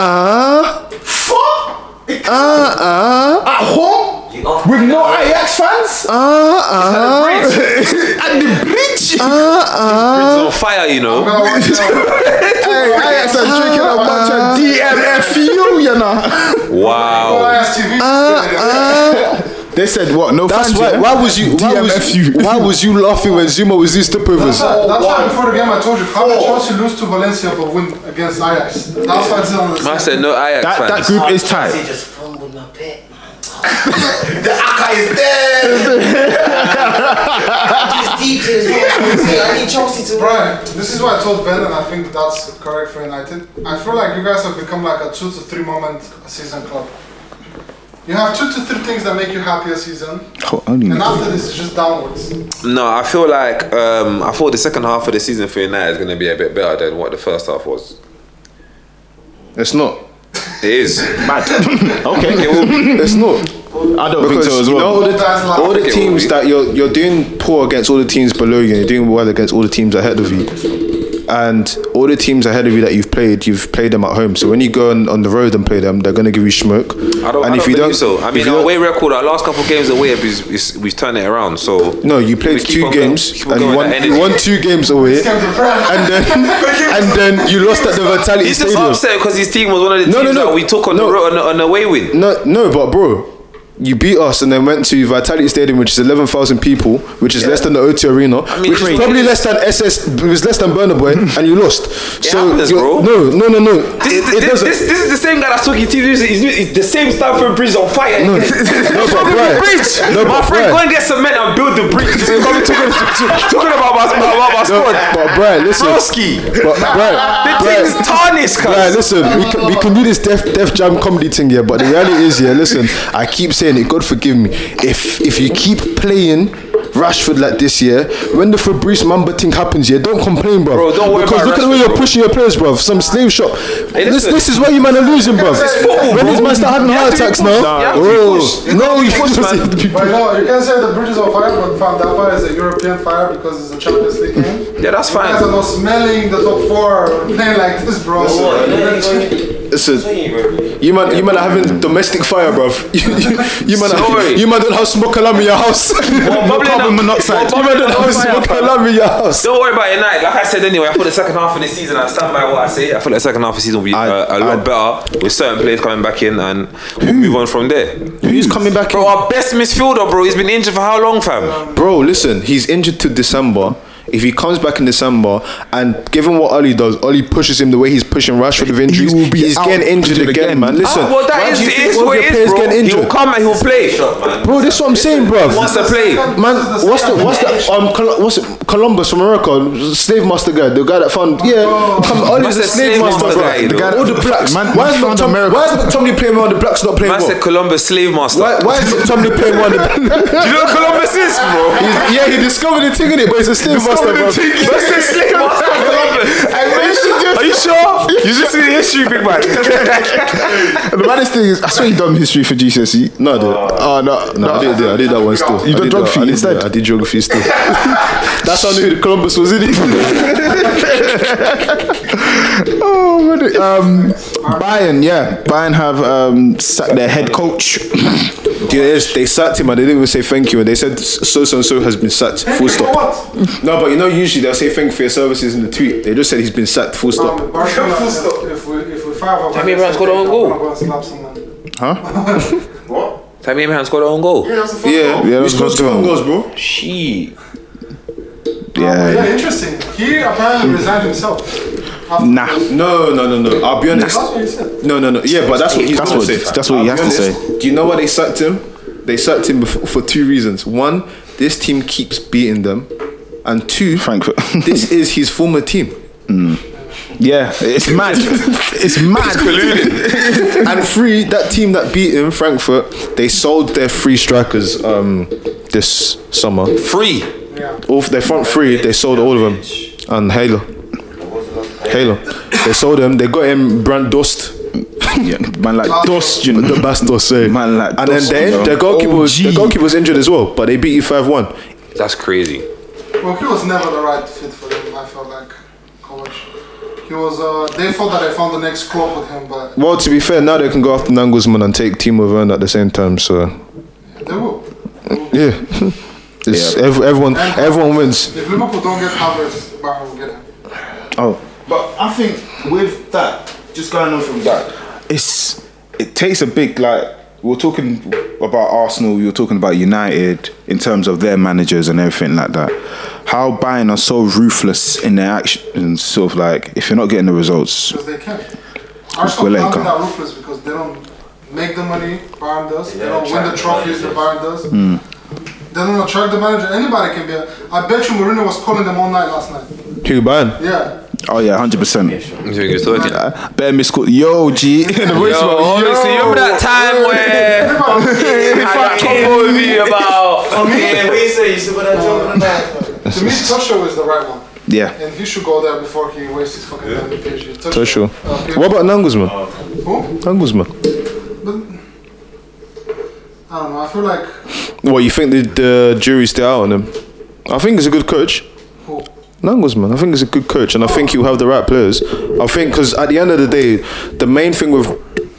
[SPEAKER 3] uh uh.
[SPEAKER 5] At home with no Ajax fans
[SPEAKER 3] Uh uh.
[SPEAKER 5] at the bridge.
[SPEAKER 2] It's on fire, you know.
[SPEAKER 4] Well, well,
[SPEAKER 3] Hey, Ajax are drinking a bunch of DMFU, you know.
[SPEAKER 2] Wow.
[SPEAKER 4] well,
[SPEAKER 5] Uh,
[SPEAKER 4] TV.
[SPEAKER 3] They said what? No
[SPEAKER 5] That's
[SPEAKER 3] fans.
[SPEAKER 5] why-
[SPEAKER 3] yeah?
[SPEAKER 5] why was you- why was-
[SPEAKER 3] DMFU? Why was you laughing when Zuma was these
[SPEAKER 4] That's
[SPEAKER 3] stepovers?
[SPEAKER 4] why, that's why before the game I told you, how did Chelsea lose to Valencia but win against Ajax? That's why I didn't understand.
[SPEAKER 2] I said no Ajax
[SPEAKER 3] That that
[SPEAKER 2] fans.
[SPEAKER 3] group is tight.
[SPEAKER 6] just fumbled my pet.
[SPEAKER 7] The Aka is dead.
[SPEAKER 8] Just details. What I'm saying. I need Chelsea to
[SPEAKER 4] Brian, this is what I told Ben, and I think that's correct for United. I feel like you guys have become like a two to three moment a season club. You have two to three things that make you happy a season,
[SPEAKER 5] Oh, only
[SPEAKER 4] and after this, it's just downwards.
[SPEAKER 2] No, I feel like um, I thought the second half of the season for United is going to be a bit better than what the first half was.
[SPEAKER 3] It's not.
[SPEAKER 2] It is.
[SPEAKER 5] Mad. okay.
[SPEAKER 2] It will-
[SPEAKER 3] It's not.
[SPEAKER 5] I don't think
[SPEAKER 3] Because
[SPEAKER 5] so as
[SPEAKER 3] you
[SPEAKER 5] well.
[SPEAKER 3] know, all the,
[SPEAKER 4] That's like-
[SPEAKER 3] all the
[SPEAKER 2] Okay,
[SPEAKER 3] teams
[SPEAKER 2] well,
[SPEAKER 3] that you're you're doing poor against all the teams below you, and you're doing well against all the teams ahead of you, and all the teams ahead of you that you've played, you've played them at home. So when you go on, on the road and play them, they're gonna give you smoke.
[SPEAKER 2] I don't,
[SPEAKER 3] and
[SPEAKER 2] I don't
[SPEAKER 3] if you
[SPEAKER 2] believe
[SPEAKER 3] don't,
[SPEAKER 2] so. I
[SPEAKER 3] if
[SPEAKER 2] mean, uh,
[SPEAKER 3] you
[SPEAKER 2] our
[SPEAKER 3] don't-
[SPEAKER 2] away record, our last couple of games away, is, is, we've turned it around. So
[SPEAKER 3] No, you
[SPEAKER 2] We
[SPEAKER 3] played
[SPEAKER 2] keep
[SPEAKER 3] two
[SPEAKER 2] on
[SPEAKER 3] games
[SPEAKER 2] going.
[SPEAKER 3] and you
[SPEAKER 2] Keep on
[SPEAKER 3] won,
[SPEAKER 2] going, that
[SPEAKER 3] you won
[SPEAKER 2] energy.
[SPEAKER 3] two games away, and then and then you lost at the Vitality
[SPEAKER 2] He's just
[SPEAKER 3] Stadium.
[SPEAKER 2] upset because his team was one of the
[SPEAKER 3] No,
[SPEAKER 2] teams
[SPEAKER 3] no, no.
[SPEAKER 2] that we took on
[SPEAKER 3] No.
[SPEAKER 2] the road on, the- on the away win.
[SPEAKER 3] No, no, but bro, you beat us and then went to Vitality Stadium, which is eleven thousand people, which is less than the O2 Arena,
[SPEAKER 2] mean,
[SPEAKER 3] which is
[SPEAKER 2] wait.
[SPEAKER 3] probably less than SS. It was less than Burner Boy, and you lost. so
[SPEAKER 2] happens,
[SPEAKER 3] you're-
[SPEAKER 2] bro.
[SPEAKER 3] no, no, no, no.
[SPEAKER 2] This, is the-
[SPEAKER 3] it, it
[SPEAKER 2] this,
[SPEAKER 3] doesn't.
[SPEAKER 2] this, this is the same guy that's talking team. He's, he's, he's the same Stamford Bridge on fire.
[SPEAKER 3] no,
[SPEAKER 2] He's
[SPEAKER 3] but
[SPEAKER 2] talking
[SPEAKER 3] why?
[SPEAKER 2] bridge.
[SPEAKER 3] No,
[SPEAKER 2] my
[SPEAKER 3] but
[SPEAKER 2] friend, go
[SPEAKER 3] why?
[SPEAKER 2] and get cement and build the bridge. He's talking, talking, talking about my, about, about my
[SPEAKER 3] No,
[SPEAKER 2] squad.
[SPEAKER 3] but Brian, listen.
[SPEAKER 2] Broski.
[SPEAKER 3] But Brian,
[SPEAKER 2] The
[SPEAKER 3] Brian,
[SPEAKER 2] thing's tarnished, cuz.
[SPEAKER 3] Right, listen, we can, we can do this Def, Def Jam comedy thing here, but the reality is, yeah, listen, I keep saying it, God forgive me. If if you keep playing Rashford like this year, when the Fabrice Mamba thing happens, yeah, don't complain, bruv.
[SPEAKER 2] Bro, don't worry
[SPEAKER 3] Because
[SPEAKER 2] about
[SPEAKER 3] look at the way
[SPEAKER 2] Rashford,
[SPEAKER 3] you're
[SPEAKER 2] bro.
[SPEAKER 3] pushing your players, bruv. Some slave shop. this,
[SPEAKER 2] listen.
[SPEAKER 3] this is why you man are losing, bruv.
[SPEAKER 2] football,
[SPEAKER 3] When
[SPEAKER 2] bro.
[SPEAKER 3] these man start having
[SPEAKER 2] You have
[SPEAKER 3] heart
[SPEAKER 2] to be
[SPEAKER 3] attacks
[SPEAKER 2] pushed.
[SPEAKER 3] now,
[SPEAKER 2] You have to be pushed.
[SPEAKER 3] oh,
[SPEAKER 2] You
[SPEAKER 3] no,
[SPEAKER 2] have to be
[SPEAKER 3] you forced
[SPEAKER 2] pushed, man.
[SPEAKER 3] to be
[SPEAKER 4] But you know, you can say the bridge is on fire, but fam, that fire is a European fire because it's a Champions League game.
[SPEAKER 2] Yeah, that's
[SPEAKER 4] You guys are
[SPEAKER 2] fine.
[SPEAKER 4] not smelling the top four playing like this, bro.
[SPEAKER 3] Listen, you man, you man are having domestic fire, bruv. You, you, you man, are,
[SPEAKER 2] Sorry.
[SPEAKER 3] you man don't have smoke alarm in your house.
[SPEAKER 2] bubbling up-
[SPEAKER 5] Carbon monoxide.
[SPEAKER 2] well,
[SPEAKER 3] You
[SPEAKER 2] bubbling
[SPEAKER 3] man don't
[SPEAKER 2] up
[SPEAKER 3] have
[SPEAKER 2] fire,
[SPEAKER 3] smoke
[SPEAKER 2] fam.
[SPEAKER 3] alarm in your house.
[SPEAKER 2] Don't worry about United. Like I said anyway, I thought the second half of the season, I stand by what I say. I thought the second half of the season will be
[SPEAKER 3] I-
[SPEAKER 2] uh, a lot better with certain players coming back in and we'll move on from there.
[SPEAKER 3] Who's coming back
[SPEAKER 2] Bro, our best midfielder, bro, he's been injured for how long, fam?
[SPEAKER 3] Bro, listen, he's injured to December. If he comes back in December, and given what Ollie does, Ollie pushes him the way he's pushing Rashford with injuries,
[SPEAKER 5] will be
[SPEAKER 3] he's
[SPEAKER 5] out
[SPEAKER 3] getting injured
[SPEAKER 5] injured
[SPEAKER 3] again,
[SPEAKER 5] again.
[SPEAKER 3] man. Listen,
[SPEAKER 2] ah, well, that
[SPEAKER 3] why
[SPEAKER 2] is,
[SPEAKER 3] do you
[SPEAKER 2] it
[SPEAKER 3] think
[SPEAKER 2] is
[SPEAKER 3] all of
[SPEAKER 2] what
[SPEAKER 3] your
[SPEAKER 2] it
[SPEAKER 3] players
[SPEAKER 2] is, bro.
[SPEAKER 3] getting
[SPEAKER 2] He'll
[SPEAKER 3] injured?
[SPEAKER 2] come and he'll play.
[SPEAKER 3] Bro, this is what I'm saying, bruv.
[SPEAKER 2] He wants to play.
[SPEAKER 3] Man, what's the what's the um Col- what's it, Columbus from America, slave master guy, the guy that found yeah, come Ollie's
[SPEAKER 2] That's
[SPEAKER 3] the
[SPEAKER 2] a slave
[SPEAKER 3] slave master
[SPEAKER 2] master
[SPEAKER 3] guy,
[SPEAKER 2] guy,
[SPEAKER 3] the guy,
[SPEAKER 5] though.
[SPEAKER 3] Oh, all the blacks.
[SPEAKER 5] Man-
[SPEAKER 3] why
[SPEAKER 5] man
[SPEAKER 3] is
[SPEAKER 5] found
[SPEAKER 3] Tom,
[SPEAKER 5] America.
[SPEAKER 3] why is Tommy playing while the blacks not playing
[SPEAKER 2] Man said
[SPEAKER 3] well?
[SPEAKER 2] Columbus slave master.
[SPEAKER 3] Why, why is Tommy playing while the
[SPEAKER 2] Do you know what Columbus is, bro?
[SPEAKER 3] He's- yeah, he discovered the thing in it, but he's a slave master,
[SPEAKER 2] Discovered
[SPEAKER 3] bro.
[SPEAKER 2] the thing. What's the slave master of Columbus? Are you sure? You just see the history, big man.
[SPEAKER 5] The maddest thing is, I swear you done history for GCSE.
[SPEAKER 3] No, I did.
[SPEAKER 5] Oh, no,
[SPEAKER 3] Uh, No, I did, do- I did that one still.
[SPEAKER 5] You done
[SPEAKER 3] I did
[SPEAKER 5] geography
[SPEAKER 3] that- I did,
[SPEAKER 5] instead?
[SPEAKER 3] yeah, I did geography still. That's how I knew Columbus was in it.
[SPEAKER 5] Oh, what the- um, Bayern, yeah, Bayern have um, sacked their head coach.
[SPEAKER 3] Yeah, it is. they sacked him and they didn't even say thank you. And they said so so and so has been sacked. Full stop. No, but you know, usually they'll say thank you for your services in the tweet. They just said he's been sacked. Full stop.
[SPEAKER 4] Um, Barcelona, if we if we fire up,
[SPEAKER 2] many rounds got on
[SPEAKER 4] I'm
[SPEAKER 2] goal?
[SPEAKER 4] gonna go and slap someone.
[SPEAKER 2] Tammy Abraham scored her own goal.
[SPEAKER 3] yeah,
[SPEAKER 5] Yeah,
[SPEAKER 3] we
[SPEAKER 5] that's
[SPEAKER 3] scored
[SPEAKER 5] what
[SPEAKER 3] two
[SPEAKER 5] I'm
[SPEAKER 3] own goals, bro.
[SPEAKER 2] She.
[SPEAKER 5] Yeah,
[SPEAKER 4] Yeah, interesting. He apparently resigned himself. After
[SPEAKER 5] nah.
[SPEAKER 3] No, no, no, no. I'll be honest.
[SPEAKER 4] That's what he said.
[SPEAKER 3] No, no, no. Yeah, but that's what he's
[SPEAKER 5] That's
[SPEAKER 3] gonna
[SPEAKER 5] what-
[SPEAKER 3] say.
[SPEAKER 5] that's what he
[SPEAKER 3] I'll be
[SPEAKER 5] has to
[SPEAKER 3] honest. Do you know why they sacked him? They sacked him bef- for two reasons. One, this team keeps beating them, and two,
[SPEAKER 5] Frankfurt.
[SPEAKER 3] this is his former team.
[SPEAKER 5] Yeah, it's mad. It's mad.
[SPEAKER 3] and three, that team that beat him, Frankfurt, they sold their three strikers um, this summer.
[SPEAKER 2] Free.
[SPEAKER 3] All their front three, they sold all of them. And Halo, Halo, they sold them. They got him Brandost,
[SPEAKER 5] yeah, man, like dust, you know.
[SPEAKER 3] the Bastos, eh?
[SPEAKER 5] Man, like
[SPEAKER 3] and then
[SPEAKER 5] Dost,
[SPEAKER 3] their,
[SPEAKER 5] you know.
[SPEAKER 3] their goalkeeper, was,
[SPEAKER 5] OG.
[SPEAKER 3] their goalkeeper was injured as well, but they beat you five one.
[SPEAKER 2] That's crazy.
[SPEAKER 4] Well, he was never the right fit for them. I felt like coach. He was. Uh, they thought that I found the next club with him, but
[SPEAKER 3] Well, to be fair, now they can go after Nangelsmann and take Timo Werner at the same time. So
[SPEAKER 4] they will.
[SPEAKER 3] yeah, It's ev- everyone, everyone wins.
[SPEAKER 4] If Liverpool don't get Havertz, Bayern will get him.
[SPEAKER 3] Oh,
[SPEAKER 5] But I think with that, just going on from that, it's it takes a big like we were talking about Arsenal, we were talking about United in terms of their managers and everything like that. How Bayern are so ruthless in their actions, sort of like if you're not getting the results,
[SPEAKER 4] Because they can. Arsenal
[SPEAKER 5] Well,
[SPEAKER 4] can't be
[SPEAKER 5] like,
[SPEAKER 4] that ruthless because they don't make the money Bayern does. They
[SPEAKER 6] Yeah,
[SPEAKER 4] don't win
[SPEAKER 6] attract
[SPEAKER 4] the
[SPEAKER 6] the
[SPEAKER 4] trophies that Bayern does.
[SPEAKER 3] Hmm.
[SPEAKER 4] They don't attract the manager. Anybody can be. A, I bet you Mourinho was calling them all night last night.
[SPEAKER 3] who Bayern?
[SPEAKER 4] Yeah.
[SPEAKER 5] oh yeah, hundred percent.
[SPEAKER 2] Yo,
[SPEAKER 5] Bare missed call, yo G. In the voice box,
[SPEAKER 2] honestly, you remember that time where
[SPEAKER 4] Everybody was
[SPEAKER 2] I came over you about
[SPEAKER 6] Yeah, what you say? You see what I'm talking about?
[SPEAKER 4] to me, Tosho is the right one.
[SPEAKER 5] yeah.
[SPEAKER 4] And he should go there before he wastes his fucking time with PSG.
[SPEAKER 3] Tosho.
[SPEAKER 4] Uh,
[SPEAKER 3] What about Nangusman?
[SPEAKER 4] Who?
[SPEAKER 3] Nangusman.
[SPEAKER 4] I don't know. I feel like.
[SPEAKER 3] What you think the, the jury's still out on him? I think he's a good coach.
[SPEAKER 4] Who?
[SPEAKER 3] Nangusman, I think he's a good coach, and I think he'll have the right players. I think because at the end of the day, the main thing with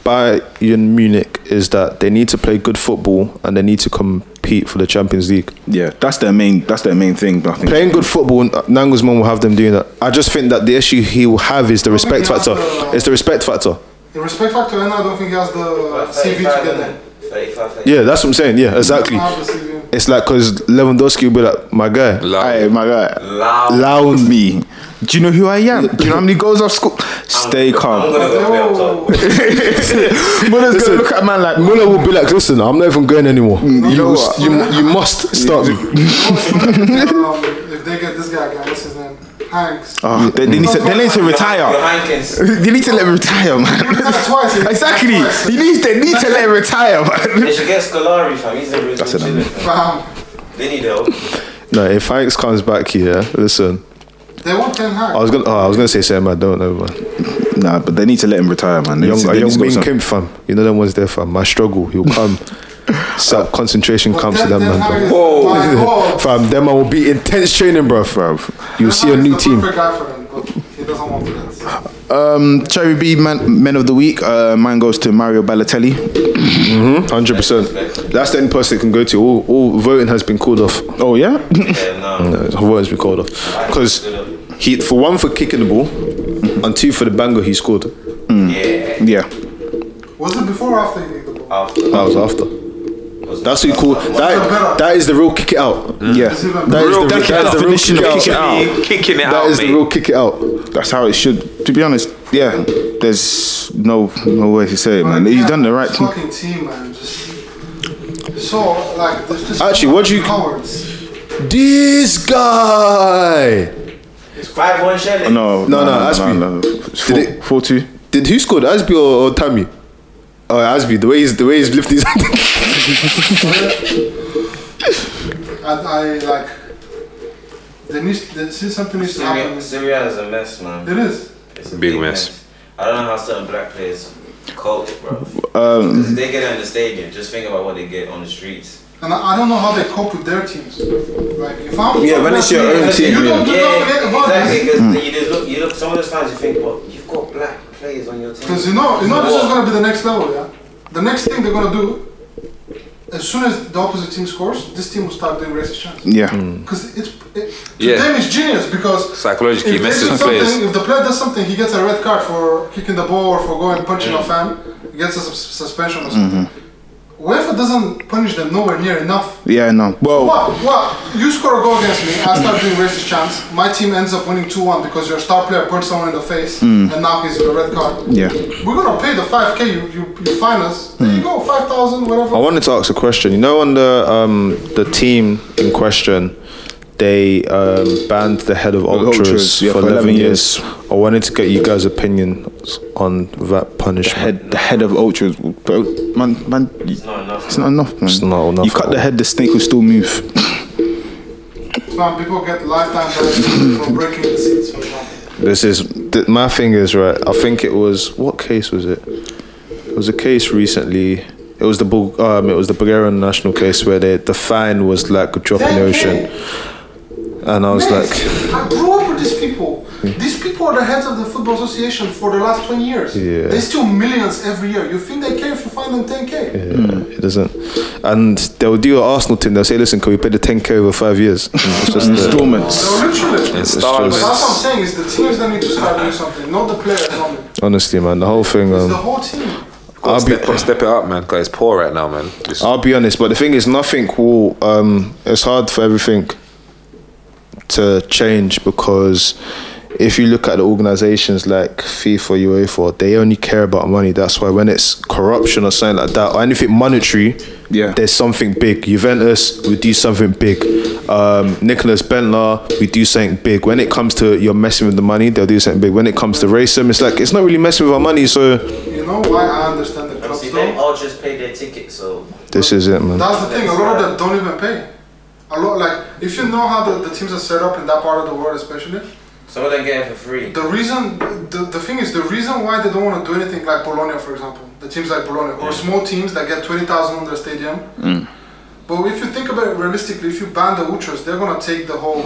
[SPEAKER 3] Bayern Munich is that they need to play good football and they need to compete for the Champions League.
[SPEAKER 5] Yeah, that's their main. That's their main thing. I think.
[SPEAKER 3] Playing good football, Nangusman will have them doing that. I just think that the issue he will have is the respect
[SPEAKER 4] think he
[SPEAKER 3] factor.
[SPEAKER 4] has the-
[SPEAKER 3] It's the respect factor.
[SPEAKER 4] In respect factor, and I don't think he has the CV to get there.
[SPEAKER 6] 35, 35.
[SPEAKER 3] Yeah, that's what I'm saying. Yeah,
[SPEAKER 4] He
[SPEAKER 3] exactly.
[SPEAKER 4] doesn't have the CV.
[SPEAKER 3] It's like because Lewandowski will be like, my guy,
[SPEAKER 5] Hey, my guy,
[SPEAKER 6] Loud.
[SPEAKER 5] loud me. Do you know who I am? Do you know how many goals I've scored? Stay
[SPEAKER 6] I'm
[SPEAKER 5] calm.
[SPEAKER 6] gonna go play up top.
[SPEAKER 5] Muller's gonna look at a man like "Mm,
[SPEAKER 3] Muller will be like, listen, I'm not even going anymore.
[SPEAKER 5] you know what?
[SPEAKER 3] must- You, you must start me.
[SPEAKER 4] um, if they get this guy, again, what's his name? Hanks.
[SPEAKER 5] Ah, they, they need to, they need to
[SPEAKER 6] Your
[SPEAKER 5] retire.
[SPEAKER 6] Hankins.
[SPEAKER 5] They need to let him retire, man.
[SPEAKER 4] That's twice.
[SPEAKER 5] Exactly. He needs, they need to let him retire, man.
[SPEAKER 6] They should get Scolari, fam. He's the original
[SPEAKER 5] it, I
[SPEAKER 6] chiller,
[SPEAKER 5] mean.
[SPEAKER 6] fam.
[SPEAKER 4] Bam.
[SPEAKER 6] They need help.
[SPEAKER 3] No, if Hanks comes back here, listen,
[SPEAKER 4] They want Ten Hag.
[SPEAKER 3] I was gonna, oh, I was gonna say Sam, I don't know, man.
[SPEAKER 5] Nah, but they need to let him retire, man. They
[SPEAKER 3] Young,
[SPEAKER 5] need to-
[SPEAKER 3] a
[SPEAKER 5] they
[SPEAKER 3] young
[SPEAKER 5] need to go
[SPEAKER 3] Min
[SPEAKER 5] some-
[SPEAKER 3] Kim fam, you know them ones there fam. My struggle, he'll come. So concentration
[SPEAKER 4] But
[SPEAKER 3] comes to
[SPEAKER 4] Ten-
[SPEAKER 3] them, uh,
[SPEAKER 4] Ten
[SPEAKER 3] man.
[SPEAKER 4] Hag
[SPEAKER 3] bro.
[SPEAKER 4] is-
[SPEAKER 2] Whoa.
[SPEAKER 4] my God.
[SPEAKER 3] Fam, them man will be intense training, bro, fam. You'll see a
[SPEAKER 4] Ten Hag is
[SPEAKER 3] new
[SPEAKER 4] the
[SPEAKER 3] team.
[SPEAKER 4] perfect guy for them, but he doesn't want that.
[SPEAKER 5] Um, Cherry B man, Men of the Week. Uh, mine goes to Mario Balotelli.
[SPEAKER 3] Hundred percent. That's the only person it can go to. All, all voting has been called off.
[SPEAKER 5] Oh yeah.
[SPEAKER 6] Yeah, no.
[SPEAKER 3] Uh, voting's been called off because he, for one, for kicking the ball, and two, for the banger he scored.
[SPEAKER 6] Yeah.
[SPEAKER 5] yeah.
[SPEAKER 4] Was it before or after he kicked the
[SPEAKER 5] Uh,
[SPEAKER 4] ball?
[SPEAKER 6] After.
[SPEAKER 3] That was after. That's what you call that. That is the real kick it out.
[SPEAKER 5] Yeah.
[SPEAKER 4] Is it even-
[SPEAKER 3] That is
[SPEAKER 2] Real
[SPEAKER 3] the,
[SPEAKER 2] kick it
[SPEAKER 3] that is
[SPEAKER 2] out.
[SPEAKER 3] the real
[SPEAKER 5] Definition
[SPEAKER 3] kick it
[SPEAKER 5] of
[SPEAKER 3] out.
[SPEAKER 5] kick it out.
[SPEAKER 2] kicking it
[SPEAKER 3] That
[SPEAKER 2] out,
[SPEAKER 3] is the
[SPEAKER 2] mate.
[SPEAKER 3] real kick it out.
[SPEAKER 5] That's how it should. To be honest, yeah. There's no no way to say it, man.
[SPEAKER 4] Like,
[SPEAKER 5] He's
[SPEAKER 4] yeah,
[SPEAKER 5] done the right
[SPEAKER 4] this
[SPEAKER 5] thing.
[SPEAKER 4] Fucking team, man. Just so like there's just
[SPEAKER 3] Actually, what do you-
[SPEAKER 4] cowards?
[SPEAKER 3] This guy.
[SPEAKER 6] Five one shelling.
[SPEAKER 5] No,
[SPEAKER 3] No, no, Aspie.
[SPEAKER 5] It's
[SPEAKER 3] Did
[SPEAKER 5] Four,
[SPEAKER 3] it-
[SPEAKER 5] four two.
[SPEAKER 3] Did who scored? Asby or, or Tammy? Oh, Asby. The way he's the way he's lifting his hand.
[SPEAKER 4] And I like. There needs there, since something needs to
[SPEAKER 6] Syria,
[SPEAKER 4] happen.
[SPEAKER 6] Syria is a mess, man.
[SPEAKER 4] It is.
[SPEAKER 6] It's a
[SPEAKER 2] Big mess.
[SPEAKER 6] I don't know how certain black players cope,
[SPEAKER 5] Um,
[SPEAKER 6] bro. Because if they get in the stadium, just think about what they get on the streets.
[SPEAKER 4] And I, I don't know how they cope with their teams. Like if I'm
[SPEAKER 5] Yeah, when it's your own
[SPEAKER 4] you
[SPEAKER 5] team,
[SPEAKER 4] don't,
[SPEAKER 5] yeah. Hmm.
[SPEAKER 4] don't forget about
[SPEAKER 6] exactly.
[SPEAKER 4] this.
[SPEAKER 6] Because you just look, you look. Some of those fans, you think, well, you've got black players on your team.
[SPEAKER 4] Because you know, you know this is
[SPEAKER 6] What?
[SPEAKER 4] gonna be the next level, yeah. The next thing they're gonna do, as soon as the opposite team scores, this team will start doing racist chants.
[SPEAKER 5] Yeah.
[SPEAKER 4] Because it's it, to
[SPEAKER 2] Yeah.
[SPEAKER 4] them it's genius because
[SPEAKER 2] Psychologically
[SPEAKER 4] if they
[SPEAKER 2] messes
[SPEAKER 4] do
[SPEAKER 2] with
[SPEAKER 4] something-
[SPEAKER 2] players.
[SPEAKER 4] If the player does something, he gets a red card for kicking the ball or for going punching a fan. He gets a sus- suspension or something. UEFA doesn't punish them nowhere near enough.
[SPEAKER 5] Yeah. No. Well.
[SPEAKER 4] What? What? You score a goal against me. I start doing racist chants. My team ends up winning 2-1 because your star player punched someone in the face and now he's with a red card.
[SPEAKER 5] Yeah.
[SPEAKER 4] We're gonna pay the 5k you you, you fine us. There you go, 5,000 whatever.
[SPEAKER 3] Hmm. I wanted to ask a question. You know, on the um the team in question, they um, banned the head of ultras,
[SPEAKER 5] ultras, yeah,
[SPEAKER 3] for, eleven years. I wanted to get you guys' opinions on that punishment.
[SPEAKER 5] Head, the head of ultras, bro. Man, man,
[SPEAKER 6] It's not enough.
[SPEAKER 5] it's not enough, man.
[SPEAKER 3] It's not enough
[SPEAKER 5] You cut
[SPEAKER 3] at
[SPEAKER 5] the
[SPEAKER 3] all.
[SPEAKER 5] head, the snake will still move.
[SPEAKER 4] Some people get lifetime punishment for breaking the seats for example.
[SPEAKER 3] This is th- my thing is right. I think it was what case was it? It was a case recently. It was the Bul- um, it was the Bulgarian national case where they, the fine was like a drop in the ocean, and I was like,
[SPEAKER 4] I grew up with these people.
[SPEAKER 3] Exactly.
[SPEAKER 4] These people are the heads of the Football Association for the last 20 years.
[SPEAKER 3] Yeah.
[SPEAKER 4] They steal millions every year. You think they care if you find them 10k?
[SPEAKER 3] Yeah, It doesn't. And they'll do an Arsenal thing. They'll say, listen, can we pay the 10k over five years? It's just the,
[SPEAKER 5] Installments.
[SPEAKER 4] No, literally. But
[SPEAKER 2] Installments.
[SPEAKER 4] that's what I'm saying is the teams that need to start doing something, not the players only. It's
[SPEAKER 3] honestly, man, the whole thing.
[SPEAKER 4] the
[SPEAKER 3] Um,
[SPEAKER 4] whole team.
[SPEAKER 3] I'll be,
[SPEAKER 2] step, step it up, Oh. man, because it's poor right now, man. It's-
[SPEAKER 3] I'll be honest, but the thing is, nothing will. Um, it's hard for everything to change because if you look at the organizations like FIFA, UEFA, they only care about money. That's why when it's corruption or something like that, or anything monetary,
[SPEAKER 5] Yeah.
[SPEAKER 3] there's something big. Juventus, we do something big. Um, Nicholas Bentler, we do something big. When it comes to you're messing with the money, they'll do something big. When it comes to racism, it's like it's not really messing with our money. So
[SPEAKER 4] You know why I understand the clubs
[SPEAKER 6] See, they
[SPEAKER 4] though?
[SPEAKER 6] all just paid their ticket, so
[SPEAKER 3] this is it, man.
[SPEAKER 4] That's the thing, a lot of them don't even pay. A lot, like, if you know how the, the teams are set up in that part of the world, especially,
[SPEAKER 6] some of them get it for free.
[SPEAKER 4] the reason, the, the thing is, the reason why they don't want to do anything like Bologna, for example, the teams like Bologna, or small teams that get 20,000 on their stadium. But if you think about it realistically, if you ban the ultras, they're going to take the whole,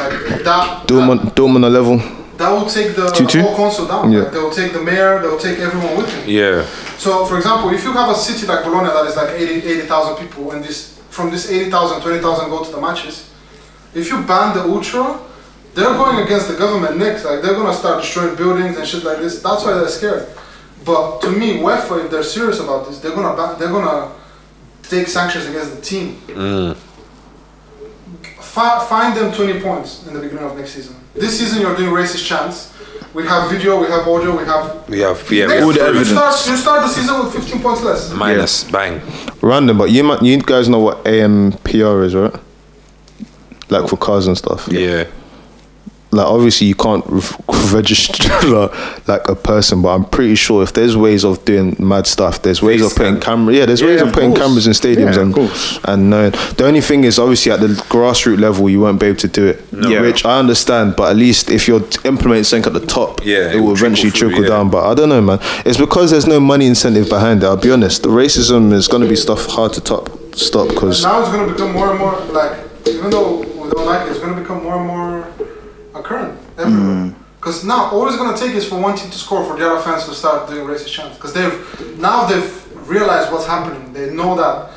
[SPEAKER 4] like, that.
[SPEAKER 3] Dortmund, Dortmund are level.
[SPEAKER 4] that will take the
[SPEAKER 5] Two-two?
[SPEAKER 4] whole council down.
[SPEAKER 3] Yeah.
[SPEAKER 4] Like, they will take the mayor, they will take everyone with them.
[SPEAKER 2] yeah.
[SPEAKER 4] So, for example, if you have a city like Bologna that is like 80 80,000 people, and this from this 80,000, 20,000 go to the matches, if you ban the ultra, they're going against the government next. Like, they're going to start destroying buildings and shit like this. That's why they're scared. But to me, UEFA, if they're serious about this, they're gonna ban, they're gonna take sanctions against the team. Fi- find them 20 points in the beginning of next season. This season, you're doing racist chants. We have video, we have audio, we have
[SPEAKER 2] We have, yeah, we have
[SPEAKER 4] Next season,
[SPEAKER 5] the
[SPEAKER 2] three.
[SPEAKER 5] evidence.
[SPEAKER 4] You start, you start the season with 15 points less.
[SPEAKER 2] minus bang.
[SPEAKER 3] Random, but you ma- you guys know what AMPR is, right? Like for cars and stuff.
[SPEAKER 2] Yeah.
[SPEAKER 3] Like obviously you can't re- register like a person, but I'm pretty sure if there's ways of doing mad stuff, there's ways of putting camera. Yeah, there's ways
[SPEAKER 5] Yeah,
[SPEAKER 3] of
[SPEAKER 5] of
[SPEAKER 3] putting
[SPEAKER 5] course.
[SPEAKER 3] cameras in stadiums
[SPEAKER 5] Yeah, of course.
[SPEAKER 3] and and knowing. The only thing is obviously at the grassroots level you won't be able to do it,
[SPEAKER 5] Yeah.
[SPEAKER 3] which I understand. But at least if you're implementing something at the top,
[SPEAKER 2] Yeah,
[SPEAKER 3] it will eventually
[SPEAKER 2] through,
[SPEAKER 3] trickle
[SPEAKER 2] yeah.
[SPEAKER 3] down. But I don't know, man. It's because there's no money incentive behind it. I'll be honest. The racism is going to be stuff hard to top stop because
[SPEAKER 4] Now it's going to become more and more like, even though we don't like it, it's going to become more and more occurrent everywhere.
[SPEAKER 2] Mm-hmm.
[SPEAKER 4] Because now all it's going to take is for one team to score for the other fans to start doing racist chants. Because they've now they've realized what's happening. They know that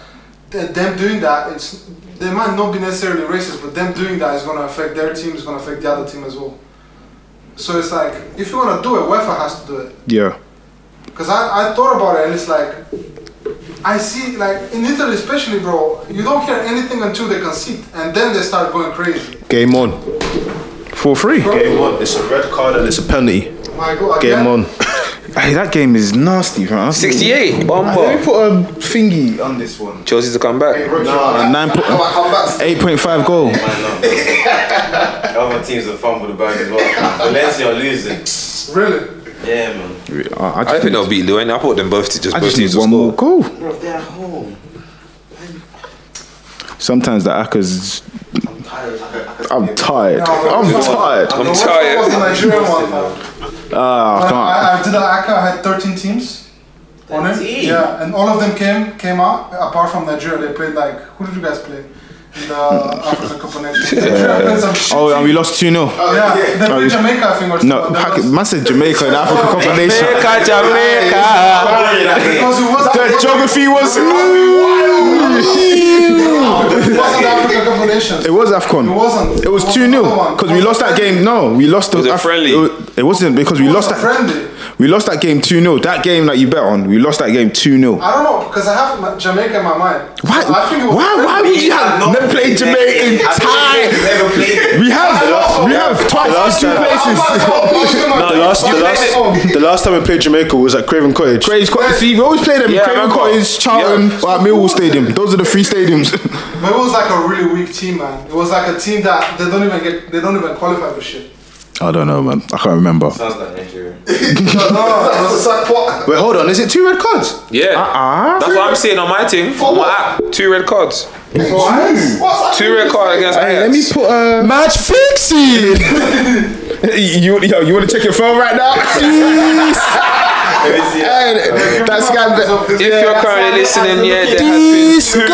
[SPEAKER 4] th- them doing that, it's they might not be necessarily racist, but them doing that is going to affect their team. It's going to affect the other team as well. So it's like if you want to do it, UEFA has to do it.
[SPEAKER 5] Yeah.
[SPEAKER 4] Because I, I thought about it and it's like, I see, like, in Italy especially, bro, you don't hear anything until they concede and then they start going crazy.
[SPEAKER 3] game on.
[SPEAKER 5] For free.
[SPEAKER 3] Game on. It's a red card and it's a penalty.
[SPEAKER 4] My God,
[SPEAKER 3] Game
[SPEAKER 4] again,
[SPEAKER 3] on.
[SPEAKER 5] Hey, that game is nasty, man.
[SPEAKER 2] 68.
[SPEAKER 5] Let me
[SPEAKER 2] Bomba.
[SPEAKER 5] put a thingy on this one.
[SPEAKER 2] Chelsea to come back.
[SPEAKER 5] A nine po-
[SPEAKER 8] Come back, come back.
[SPEAKER 5] 8.5 goal.
[SPEAKER 6] Why not? Other teams have fumbled the bag as well. Valencia are losing.
[SPEAKER 4] Really?
[SPEAKER 6] Yeah, man.
[SPEAKER 5] I,
[SPEAKER 2] I don't think they'll beat Lewin. I put them both to just
[SPEAKER 5] I
[SPEAKER 2] both
[SPEAKER 5] just
[SPEAKER 2] teams
[SPEAKER 5] need
[SPEAKER 2] to
[SPEAKER 5] one more
[SPEAKER 2] score.
[SPEAKER 5] goal.
[SPEAKER 8] Bro, they're at home.
[SPEAKER 5] Sometimes the Aka's.
[SPEAKER 8] I'm tired. I can- I can-
[SPEAKER 5] I'm tired. I'm tired.
[SPEAKER 4] No, which
[SPEAKER 2] tired.
[SPEAKER 4] one was the Nigerian one? man?
[SPEAKER 5] Ah,
[SPEAKER 4] I,
[SPEAKER 5] come on.
[SPEAKER 4] I, I did an ACA, I had 13 teams on it.
[SPEAKER 6] 13?
[SPEAKER 4] Yeah, and all of them came came out, apart from Nigeria. They played like, who did you guys play? In the African Cup of Nations. Nigeria played some shit.
[SPEAKER 5] Oh, and we lost 2 0.
[SPEAKER 4] yeah, they played
[SPEAKER 5] Oh, yeah.
[SPEAKER 4] Jamaica, I think, or
[SPEAKER 5] No,
[SPEAKER 4] something. That
[SPEAKER 5] pack,
[SPEAKER 4] was-
[SPEAKER 5] man said Jamaica and Africa combination.
[SPEAKER 2] Jamaica, Jamaica.
[SPEAKER 4] Because it was
[SPEAKER 5] The geography was.
[SPEAKER 4] It wasn't the African Cup of Nations.
[SPEAKER 5] It was AFCON.
[SPEAKER 4] It wasn't.
[SPEAKER 5] It was
[SPEAKER 4] It was
[SPEAKER 5] 2 0.
[SPEAKER 4] another one.
[SPEAKER 5] Because we lost that game. No, we lost the.
[SPEAKER 2] Was it
[SPEAKER 5] Af-
[SPEAKER 2] friendly?
[SPEAKER 5] It, wa- it wasn't because we
[SPEAKER 4] It
[SPEAKER 5] lost
[SPEAKER 4] was a
[SPEAKER 5] that.
[SPEAKER 4] friendly.
[SPEAKER 5] We lost that game 2 0. That game that you bet on, we lost that game 2 0.
[SPEAKER 4] I don't know because I have my- Jamaica in my mind.
[SPEAKER 5] Why,
[SPEAKER 4] I think it was
[SPEAKER 5] why, why would you have
[SPEAKER 6] No.
[SPEAKER 5] never played Jamaica in time?
[SPEAKER 6] Never played.
[SPEAKER 5] We have, we have twice
[SPEAKER 3] last
[SPEAKER 5] in two
[SPEAKER 3] time-
[SPEAKER 5] places.
[SPEAKER 4] No,
[SPEAKER 3] The last, the
[SPEAKER 4] um,
[SPEAKER 3] last, the last time we played Jamaica was at Craven Cottage.
[SPEAKER 5] Craven Cottage. See, we always play them.
[SPEAKER 2] Yeah, I
[SPEAKER 5] Craven
[SPEAKER 2] remember.
[SPEAKER 5] Cottage, Charlton,
[SPEAKER 2] Yeah.
[SPEAKER 5] or at Millwall Stadium. Those are the three stadiums.
[SPEAKER 4] But it was like a really weak team, man. It was like a team that they don't even get, they don't even qualify for shit.
[SPEAKER 5] I don't know, man. I can't remember.
[SPEAKER 6] Sounds like Nigeria.
[SPEAKER 4] No, no, no, it was like what?
[SPEAKER 3] Wait, hold on. Is it two red cards?
[SPEAKER 2] Yeah.
[SPEAKER 5] Ah,
[SPEAKER 2] That's what I'm saying on my team. On my app, two red cards.
[SPEAKER 8] What's
[SPEAKER 2] Two red cards against
[SPEAKER 5] hey, let
[SPEAKER 2] Ajax.
[SPEAKER 5] me put a match fixing. you yo, you want to check your phone right now? Jeez. hey, that's got the,
[SPEAKER 2] If you're currently listening, yeah, there has been two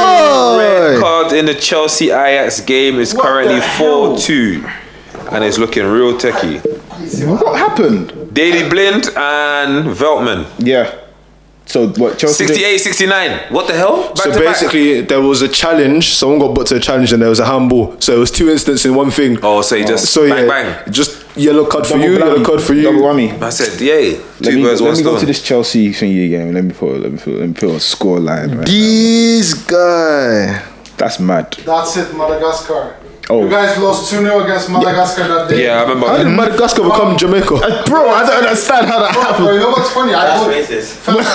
[SPEAKER 2] red
[SPEAKER 5] Disco.
[SPEAKER 2] cards in the Chelsea Ajax game. It's currently 4 2. And it's looking real techie.
[SPEAKER 3] What happened?
[SPEAKER 2] Daily Blind and Veltman.
[SPEAKER 3] Yeah. So what? Chelsea
[SPEAKER 2] 68,
[SPEAKER 3] did-
[SPEAKER 2] 69. What the hell? Back
[SPEAKER 3] So
[SPEAKER 2] to back.
[SPEAKER 3] basically, there was a challenge. Someone got put to a challenge, and there was a handball. So it was two incidents in one thing.
[SPEAKER 2] Oh, so he just
[SPEAKER 3] so
[SPEAKER 2] bang,
[SPEAKER 3] yeah,
[SPEAKER 2] bang.
[SPEAKER 3] just yellow card for
[SPEAKER 5] Double
[SPEAKER 3] you,
[SPEAKER 5] blammy.
[SPEAKER 3] yellow card for you.
[SPEAKER 5] Double whammy.
[SPEAKER 2] I said, yay.
[SPEAKER 5] Let
[SPEAKER 2] Two
[SPEAKER 5] me,
[SPEAKER 2] birds,
[SPEAKER 5] let
[SPEAKER 2] one
[SPEAKER 5] me go
[SPEAKER 2] stone.
[SPEAKER 5] to this Chelsea thingy game. Let me put let me put, let me put a score line. Right?
[SPEAKER 3] This guy.
[SPEAKER 5] That's mad.
[SPEAKER 4] That's it, Madagascar.
[SPEAKER 5] Oh.
[SPEAKER 4] You guys lost 2 0 against Madagascar that day.
[SPEAKER 2] Yeah, I remember.
[SPEAKER 3] How did Madagascar become Jamaica? bro, I don't understand how that
[SPEAKER 4] Bro, you know what's funny? I
[SPEAKER 6] That's
[SPEAKER 4] put,
[SPEAKER 6] racist. That's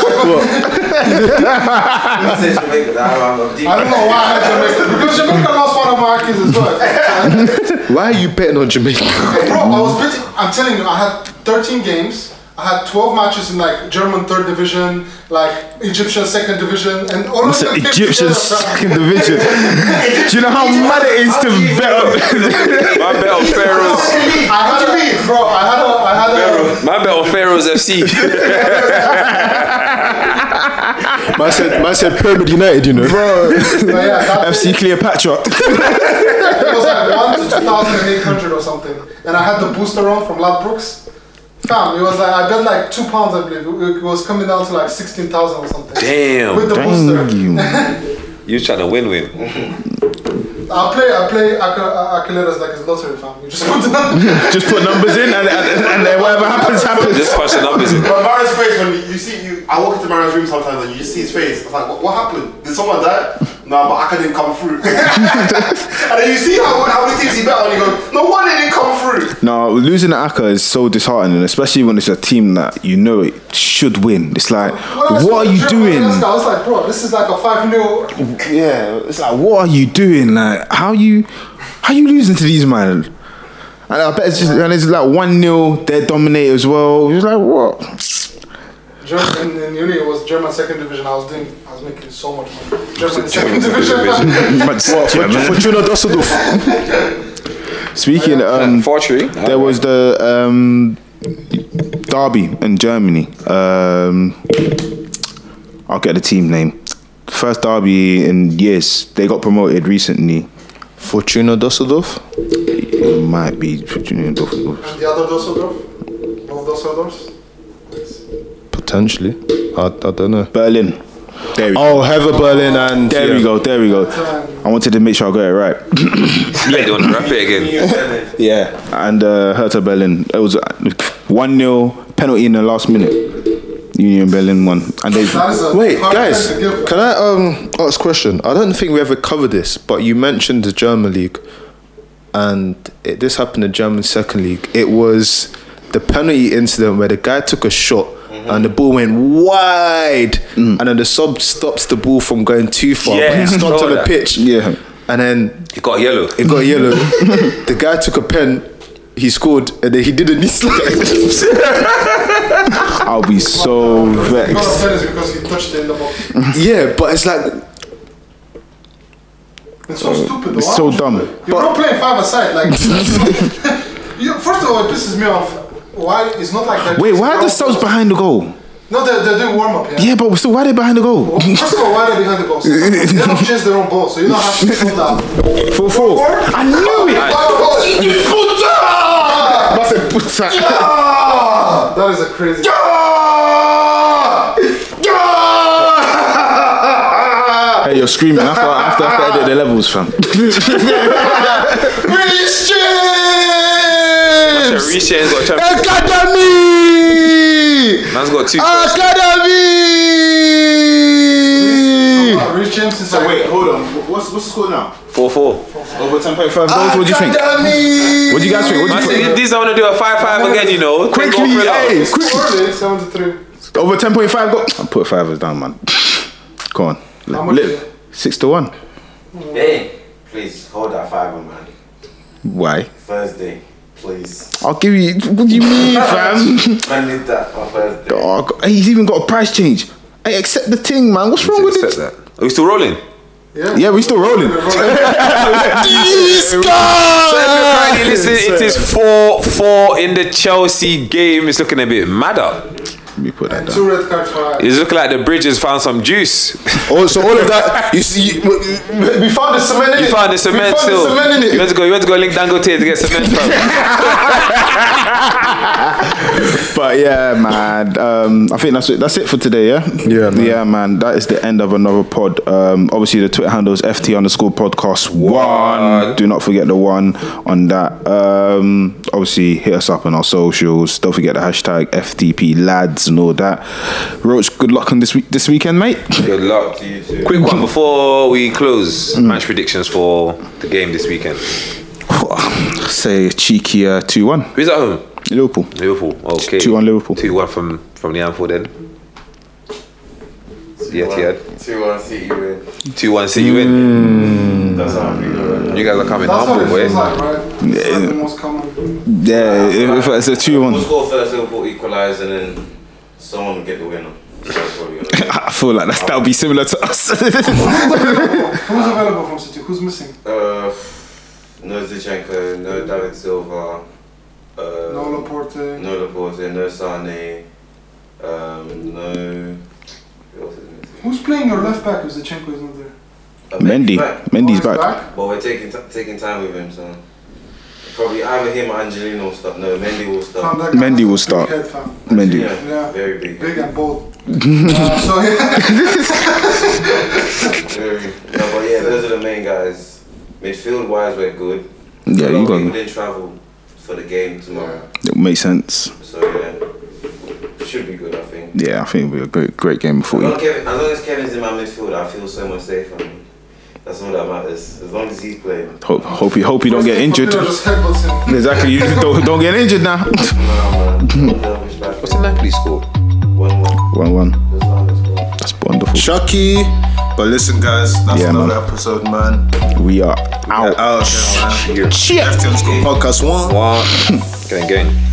[SPEAKER 6] racist, Jamaica. I'm, I'm deep.
[SPEAKER 4] I don't know why I had Jamaica because Jamaica lost one of my kids as well.
[SPEAKER 3] Why are you betting on Jamaica?
[SPEAKER 4] Hey, bro, I was betting. I'm telling you, I had 13 games. I had 12 matches in like German third division, like Egyptian second division, and all of
[SPEAKER 5] It's
[SPEAKER 4] them.
[SPEAKER 5] an
[SPEAKER 4] came
[SPEAKER 5] Egyptian
[SPEAKER 4] together, bro.
[SPEAKER 5] second division. Do you know how mad it is to bet?
[SPEAKER 2] My bet on Pharaohs.
[SPEAKER 4] I had a bro. I had a, I had a,
[SPEAKER 2] My bet on Pharaohs FC.
[SPEAKER 3] man said, man said Pyramid United, you know. Bro.
[SPEAKER 4] but yeah, that
[SPEAKER 5] FC Cleopatra.
[SPEAKER 4] it was like one to two thousand and eight hundred or something, and I had the booster on from Ladbrokes. Fam, it was like I bet like two pounds, I believe. It- It was coming down to like sixteen thousand or something. With
[SPEAKER 2] Damn.
[SPEAKER 4] the booster.
[SPEAKER 2] You trying to win win.
[SPEAKER 4] I play, I play Aquileras like it's lottery, fam. You just put it on.
[SPEAKER 5] Just put numbers in and, and, and then whatever happens, happens.
[SPEAKER 2] Just punch the numbers in.
[SPEAKER 7] But Mara's face when you see you, I walk into Mara's room sometimes and you just see his face. It's like, what, what happened? Did someone die? No, but I couldn't come through. and then you see how, how many teams he bet on. You go, no one didn't come through.
[SPEAKER 5] No, losing at Akka is so disheartening, especially when it's a team that you know it should win. It's like,
[SPEAKER 4] When I saw
[SPEAKER 5] what are you
[SPEAKER 4] German
[SPEAKER 5] doing?
[SPEAKER 4] Alaska, I was like, bro, this is like a 5 0.
[SPEAKER 5] Yeah, it's like, what are you doing? Like, how you, how you losing to these man? And I bet it's just, and it's like one 0 They dominate as well. It's like what?
[SPEAKER 4] German in, in uni, it was German second division. I was doing, I was making so much money. German second division.
[SPEAKER 3] Fortuna Dusseldorf.
[SPEAKER 5] Speaking, um,
[SPEAKER 2] Fortry.
[SPEAKER 5] there was the um, derby in Germany. Um, I'll get the team name. First derby in years. They got promoted recently.
[SPEAKER 3] Fortuna Dusseldorf?
[SPEAKER 5] It might be Fortuna Düsseldorf.
[SPEAKER 4] and the other Dusseldorf. Both Dusseldorfs.
[SPEAKER 3] Potentially. I, I don't know.
[SPEAKER 5] Berlin. There we go.
[SPEAKER 3] Oh, Heather Berlin and.
[SPEAKER 5] There we go. There we go. I wanted to make sure I got it right.
[SPEAKER 2] Yeah, they want to rap it
[SPEAKER 6] Can
[SPEAKER 2] again.
[SPEAKER 6] you tell it?
[SPEAKER 5] Yeah, and uh, Hertha Berlin. It was one 0 penalty in the last minute. Union Berlin won, and they.
[SPEAKER 4] That is a
[SPEAKER 3] Wait,
[SPEAKER 4] hard
[SPEAKER 3] guys,
[SPEAKER 4] thing to give.
[SPEAKER 3] can I um ask a question? I don't think we ever covered this, but you mentioned the German league, and it, this happened in German second league. It was the penalty incident where the guy took a shot.
[SPEAKER 2] Mm-hmm.
[SPEAKER 3] And the ball went wide, and then the sub stops the ball from going too far. but
[SPEAKER 2] Yeah,
[SPEAKER 3] he stopped
[SPEAKER 2] saw
[SPEAKER 3] on the
[SPEAKER 2] that.
[SPEAKER 3] pitch,
[SPEAKER 5] Yeah.
[SPEAKER 3] and then
[SPEAKER 2] It got yellow.
[SPEAKER 3] it got yellow. the guy took a pen, he scored, and then he did a knee slide.
[SPEAKER 5] I'll be so
[SPEAKER 4] You got
[SPEAKER 5] vexed.
[SPEAKER 4] offended because you touched it in the box.
[SPEAKER 3] yeah, but it's like
[SPEAKER 4] It's so stupid.
[SPEAKER 5] Uh, It's
[SPEAKER 4] why
[SPEAKER 5] so
[SPEAKER 4] would you-
[SPEAKER 5] dumb.
[SPEAKER 4] You're not playing five aside. Like, you, first of all, it pisses me off. Why? It's not like that.
[SPEAKER 5] Wait, why are the subs behind the goal?
[SPEAKER 4] No, they're, they're doing warm up.
[SPEAKER 5] Yeah, but still, why are they behind the goal?
[SPEAKER 4] First of all, why are they behind the goal? They don't chase their own ball, so you don't have to pull down.
[SPEAKER 5] Four four. I knew it.
[SPEAKER 4] That is a crazy.
[SPEAKER 5] Hey, you're screaming after after after I did the levels, fam.
[SPEAKER 2] Rishan's got champion.
[SPEAKER 5] Academy.
[SPEAKER 2] Man's got two.
[SPEAKER 5] Ah. Academy.
[SPEAKER 4] Uh, Rich James is like,
[SPEAKER 5] hold on. What's what's the score now?
[SPEAKER 2] 4 4.
[SPEAKER 5] Over ten point five goals. What do you think? What do you guys think? What
[SPEAKER 2] Man
[SPEAKER 5] do
[SPEAKER 2] said,
[SPEAKER 5] you think?
[SPEAKER 2] these are going to do a 5 5 again, you know. Take
[SPEAKER 5] Quickly,
[SPEAKER 2] off,
[SPEAKER 5] hey,
[SPEAKER 2] relax.
[SPEAKER 5] quick.
[SPEAKER 4] Surely, 73.
[SPEAKER 5] Over ten point five goals. I put fivers down, man. Go on.
[SPEAKER 4] How much is
[SPEAKER 5] Lip.
[SPEAKER 4] it?
[SPEAKER 5] Six to one.
[SPEAKER 6] Hey, please hold that fiber, man.
[SPEAKER 5] Why?
[SPEAKER 6] Thursday, please.
[SPEAKER 5] I'll give you. What do you mean, fam?
[SPEAKER 6] I need that on Thursday.
[SPEAKER 5] oh, God. Hey, he's even got a price change. Hey, accept the thing, man. What's wrong with
[SPEAKER 2] Accept
[SPEAKER 5] it?
[SPEAKER 2] that. Are we still rolling?
[SPEAKER 4] Yeah.
[SPEAKER 5] Yeah, we're still rolling.
[SPEAKER 2] Apparently, listen, it is 4 4 in the Chelsea game. It's looking a bit mad up.
[SPEAKER 5] me put that
[SPEAKER 4] And
[SPEAKER 5] down.
[SPEAKER 4] two red cards for Ajax.
[SPEAKER 2] It's looking like the bridges found some juice.
[SPEAKER 3] Oh, so all of that, you see, you, we we found the cement
[SPEAKER 2] You
[SPEAKER 3] in it.
[SPEAKER 2] found the cement
[SPEAKER 3] we found
[SPEAKER 2] still.
[SPEAKER 3] the cement in
[SPEAKER 2] You
[SPEAKER 3] it.
[SPEAKER 2] went to go. You went to go link Dangote to get cement from.
[SPEAKER 5] But yeah, man. Um, I think that's it. That's it for today. Yeah.
[SPEAKER 3] Yeah, man.
[SPEAKER 5] Yeah, man. That is the end of another pod. Um, obviously, the Twitter handle is ft underscore podcast one. Do not forget the one on that. Um, obviously, hit us up on our socials. Don't forget the hashtag FTP lads and all that. Roach, good luck on this week. This weekend, mate.
[SPEAKER 2] Good luck. Quick one before we close. Match predictions for the game this weekend.
[SPEAKER 5] Say cheeky uh, two one
[SPEAKER 2] Who's at home?
[SPEAKER 5] Liverpool.
[SPEAKER 2] Liverpool. Okay.
[SPEAKER 5] 2-1 Liverpool.
[SPEAKER 2] Two one from from the Anfield. Then Yeah, Etihad.
[SPEAKER 6] Two one City win.
[SPEAKER 2] two one. See you in.
[SPEAKER 6] That's how I feel. Right?
[SPEAKER 2] You guys are coming
[SPEAKER 4] That's what
[SPEAKER 2] humble,
[SPEAKER 4] it
[SPEAKER 2] boy.
[SPEAKER 4] feels like, right? It's like the most common.
[SPEAKER 5] Yeah, if, if it's a two
[SPEAKER 6] We'll
[SPEAKER 5] one.
[SPEAKER 6] score first, Liverpool equalise, and then someone will get the winner. So that's what we're gonna
[SPEAKER 5] I feel like that's, that'll be similar to us.
[SPEAKER 4] Who's available from City? Who's missing?
[SPEAKER 6] do. uh, no Zichenko, no David Silva, uh,
[SPEAKER 4] No Laporte.
[SPEAKER 6] no Laporte, no Sane, um, no. Who else is missing?
[SPEAKER 4] Who's playing your left back if Zinchenko is not there?
[SPEAKER 6] Uh,
[SPEAKER 5] Mendy,
[SPEAKER 6] back.
[SPEAKER 5] Mendy's
[SPEAKER 4] Oh, he's
[SPEAKER 5] back.
[SPEAKER 6] But we're taking t- taking time with him, so probably either him or Angelino will start. No, Mendy will
[SPEAKER 4] Fam,
[SPEAKER 6] start.
[SPEAKER 4] that guy
[SPEAKER 5] Mendy
[SPEAKER 4] has a
[SPEAKER 5] will
[SPEAKER 4] big
[SPEAKER 5] start.
[SPEAKER 4] head, fam.
[SPEAKER 5] Mendy.
[SPEAKER 6] Yeah,
[SPEAKER 4] Yeah.
[SPEAKER 6] very big.
[SPEAKER 4] Big and bold. Uh, so yeah.
[SPEAKER 6] Very. No, but yeah, those are the main guys. Midfield wise, we're good.
[SPEAKER 5] Yeah,
[SPEAKER 6] a lot
[SPEAKER 5] you
[SPEAKER 6] of people
[SPEAKER 5] got
[SPEAKER 6] didn't travel for the game tomorrow,
[SPEAKER 5] it. Makes sense.
[SPEAKER 6] so yeah, should be good. I think.
[SPEAKER 5] Yeah, I think it'll be a great, great game
[SPEAKER 6] As
[SPEAKER 5] before
[SPEAKER 6] long
[SPEAKER 5] you.
[SPEAKER 6] as, Kevin, as long as Kevin's in my midfield, I feel so much safer. That's all that matters. As long as he's playing.
[SPEAKER 5] Hope, hope you, hope you don't get injured.
[SPEAKER 4] First thing, Pochettino just headbutts him.
[SPEAKER 5] Exactly, you don't, don't get injured now.
[SPEAKER 6] No, man.
[SPEAKER 2] What's the Napoli score?
[SPEAKER 6] One one.
[SPEAKER 5] One one.
[SPEAKER 6] That's all that's cool.
[SPEAKER 5] That's wonderful.
[SPEAKER 3] Chucky. But listen, guys, that's
[SPEAKER 5] Yeah,
[SPEAKER 3] another episode, man.
[SPEAKER 5] We are out.
[SPEAKER 3] Out there, man.
[SPEAKER 2] Here.
[SPEAKER 3] FTM School Podcast 1.
[SPEAKER 2] One. Gang gang.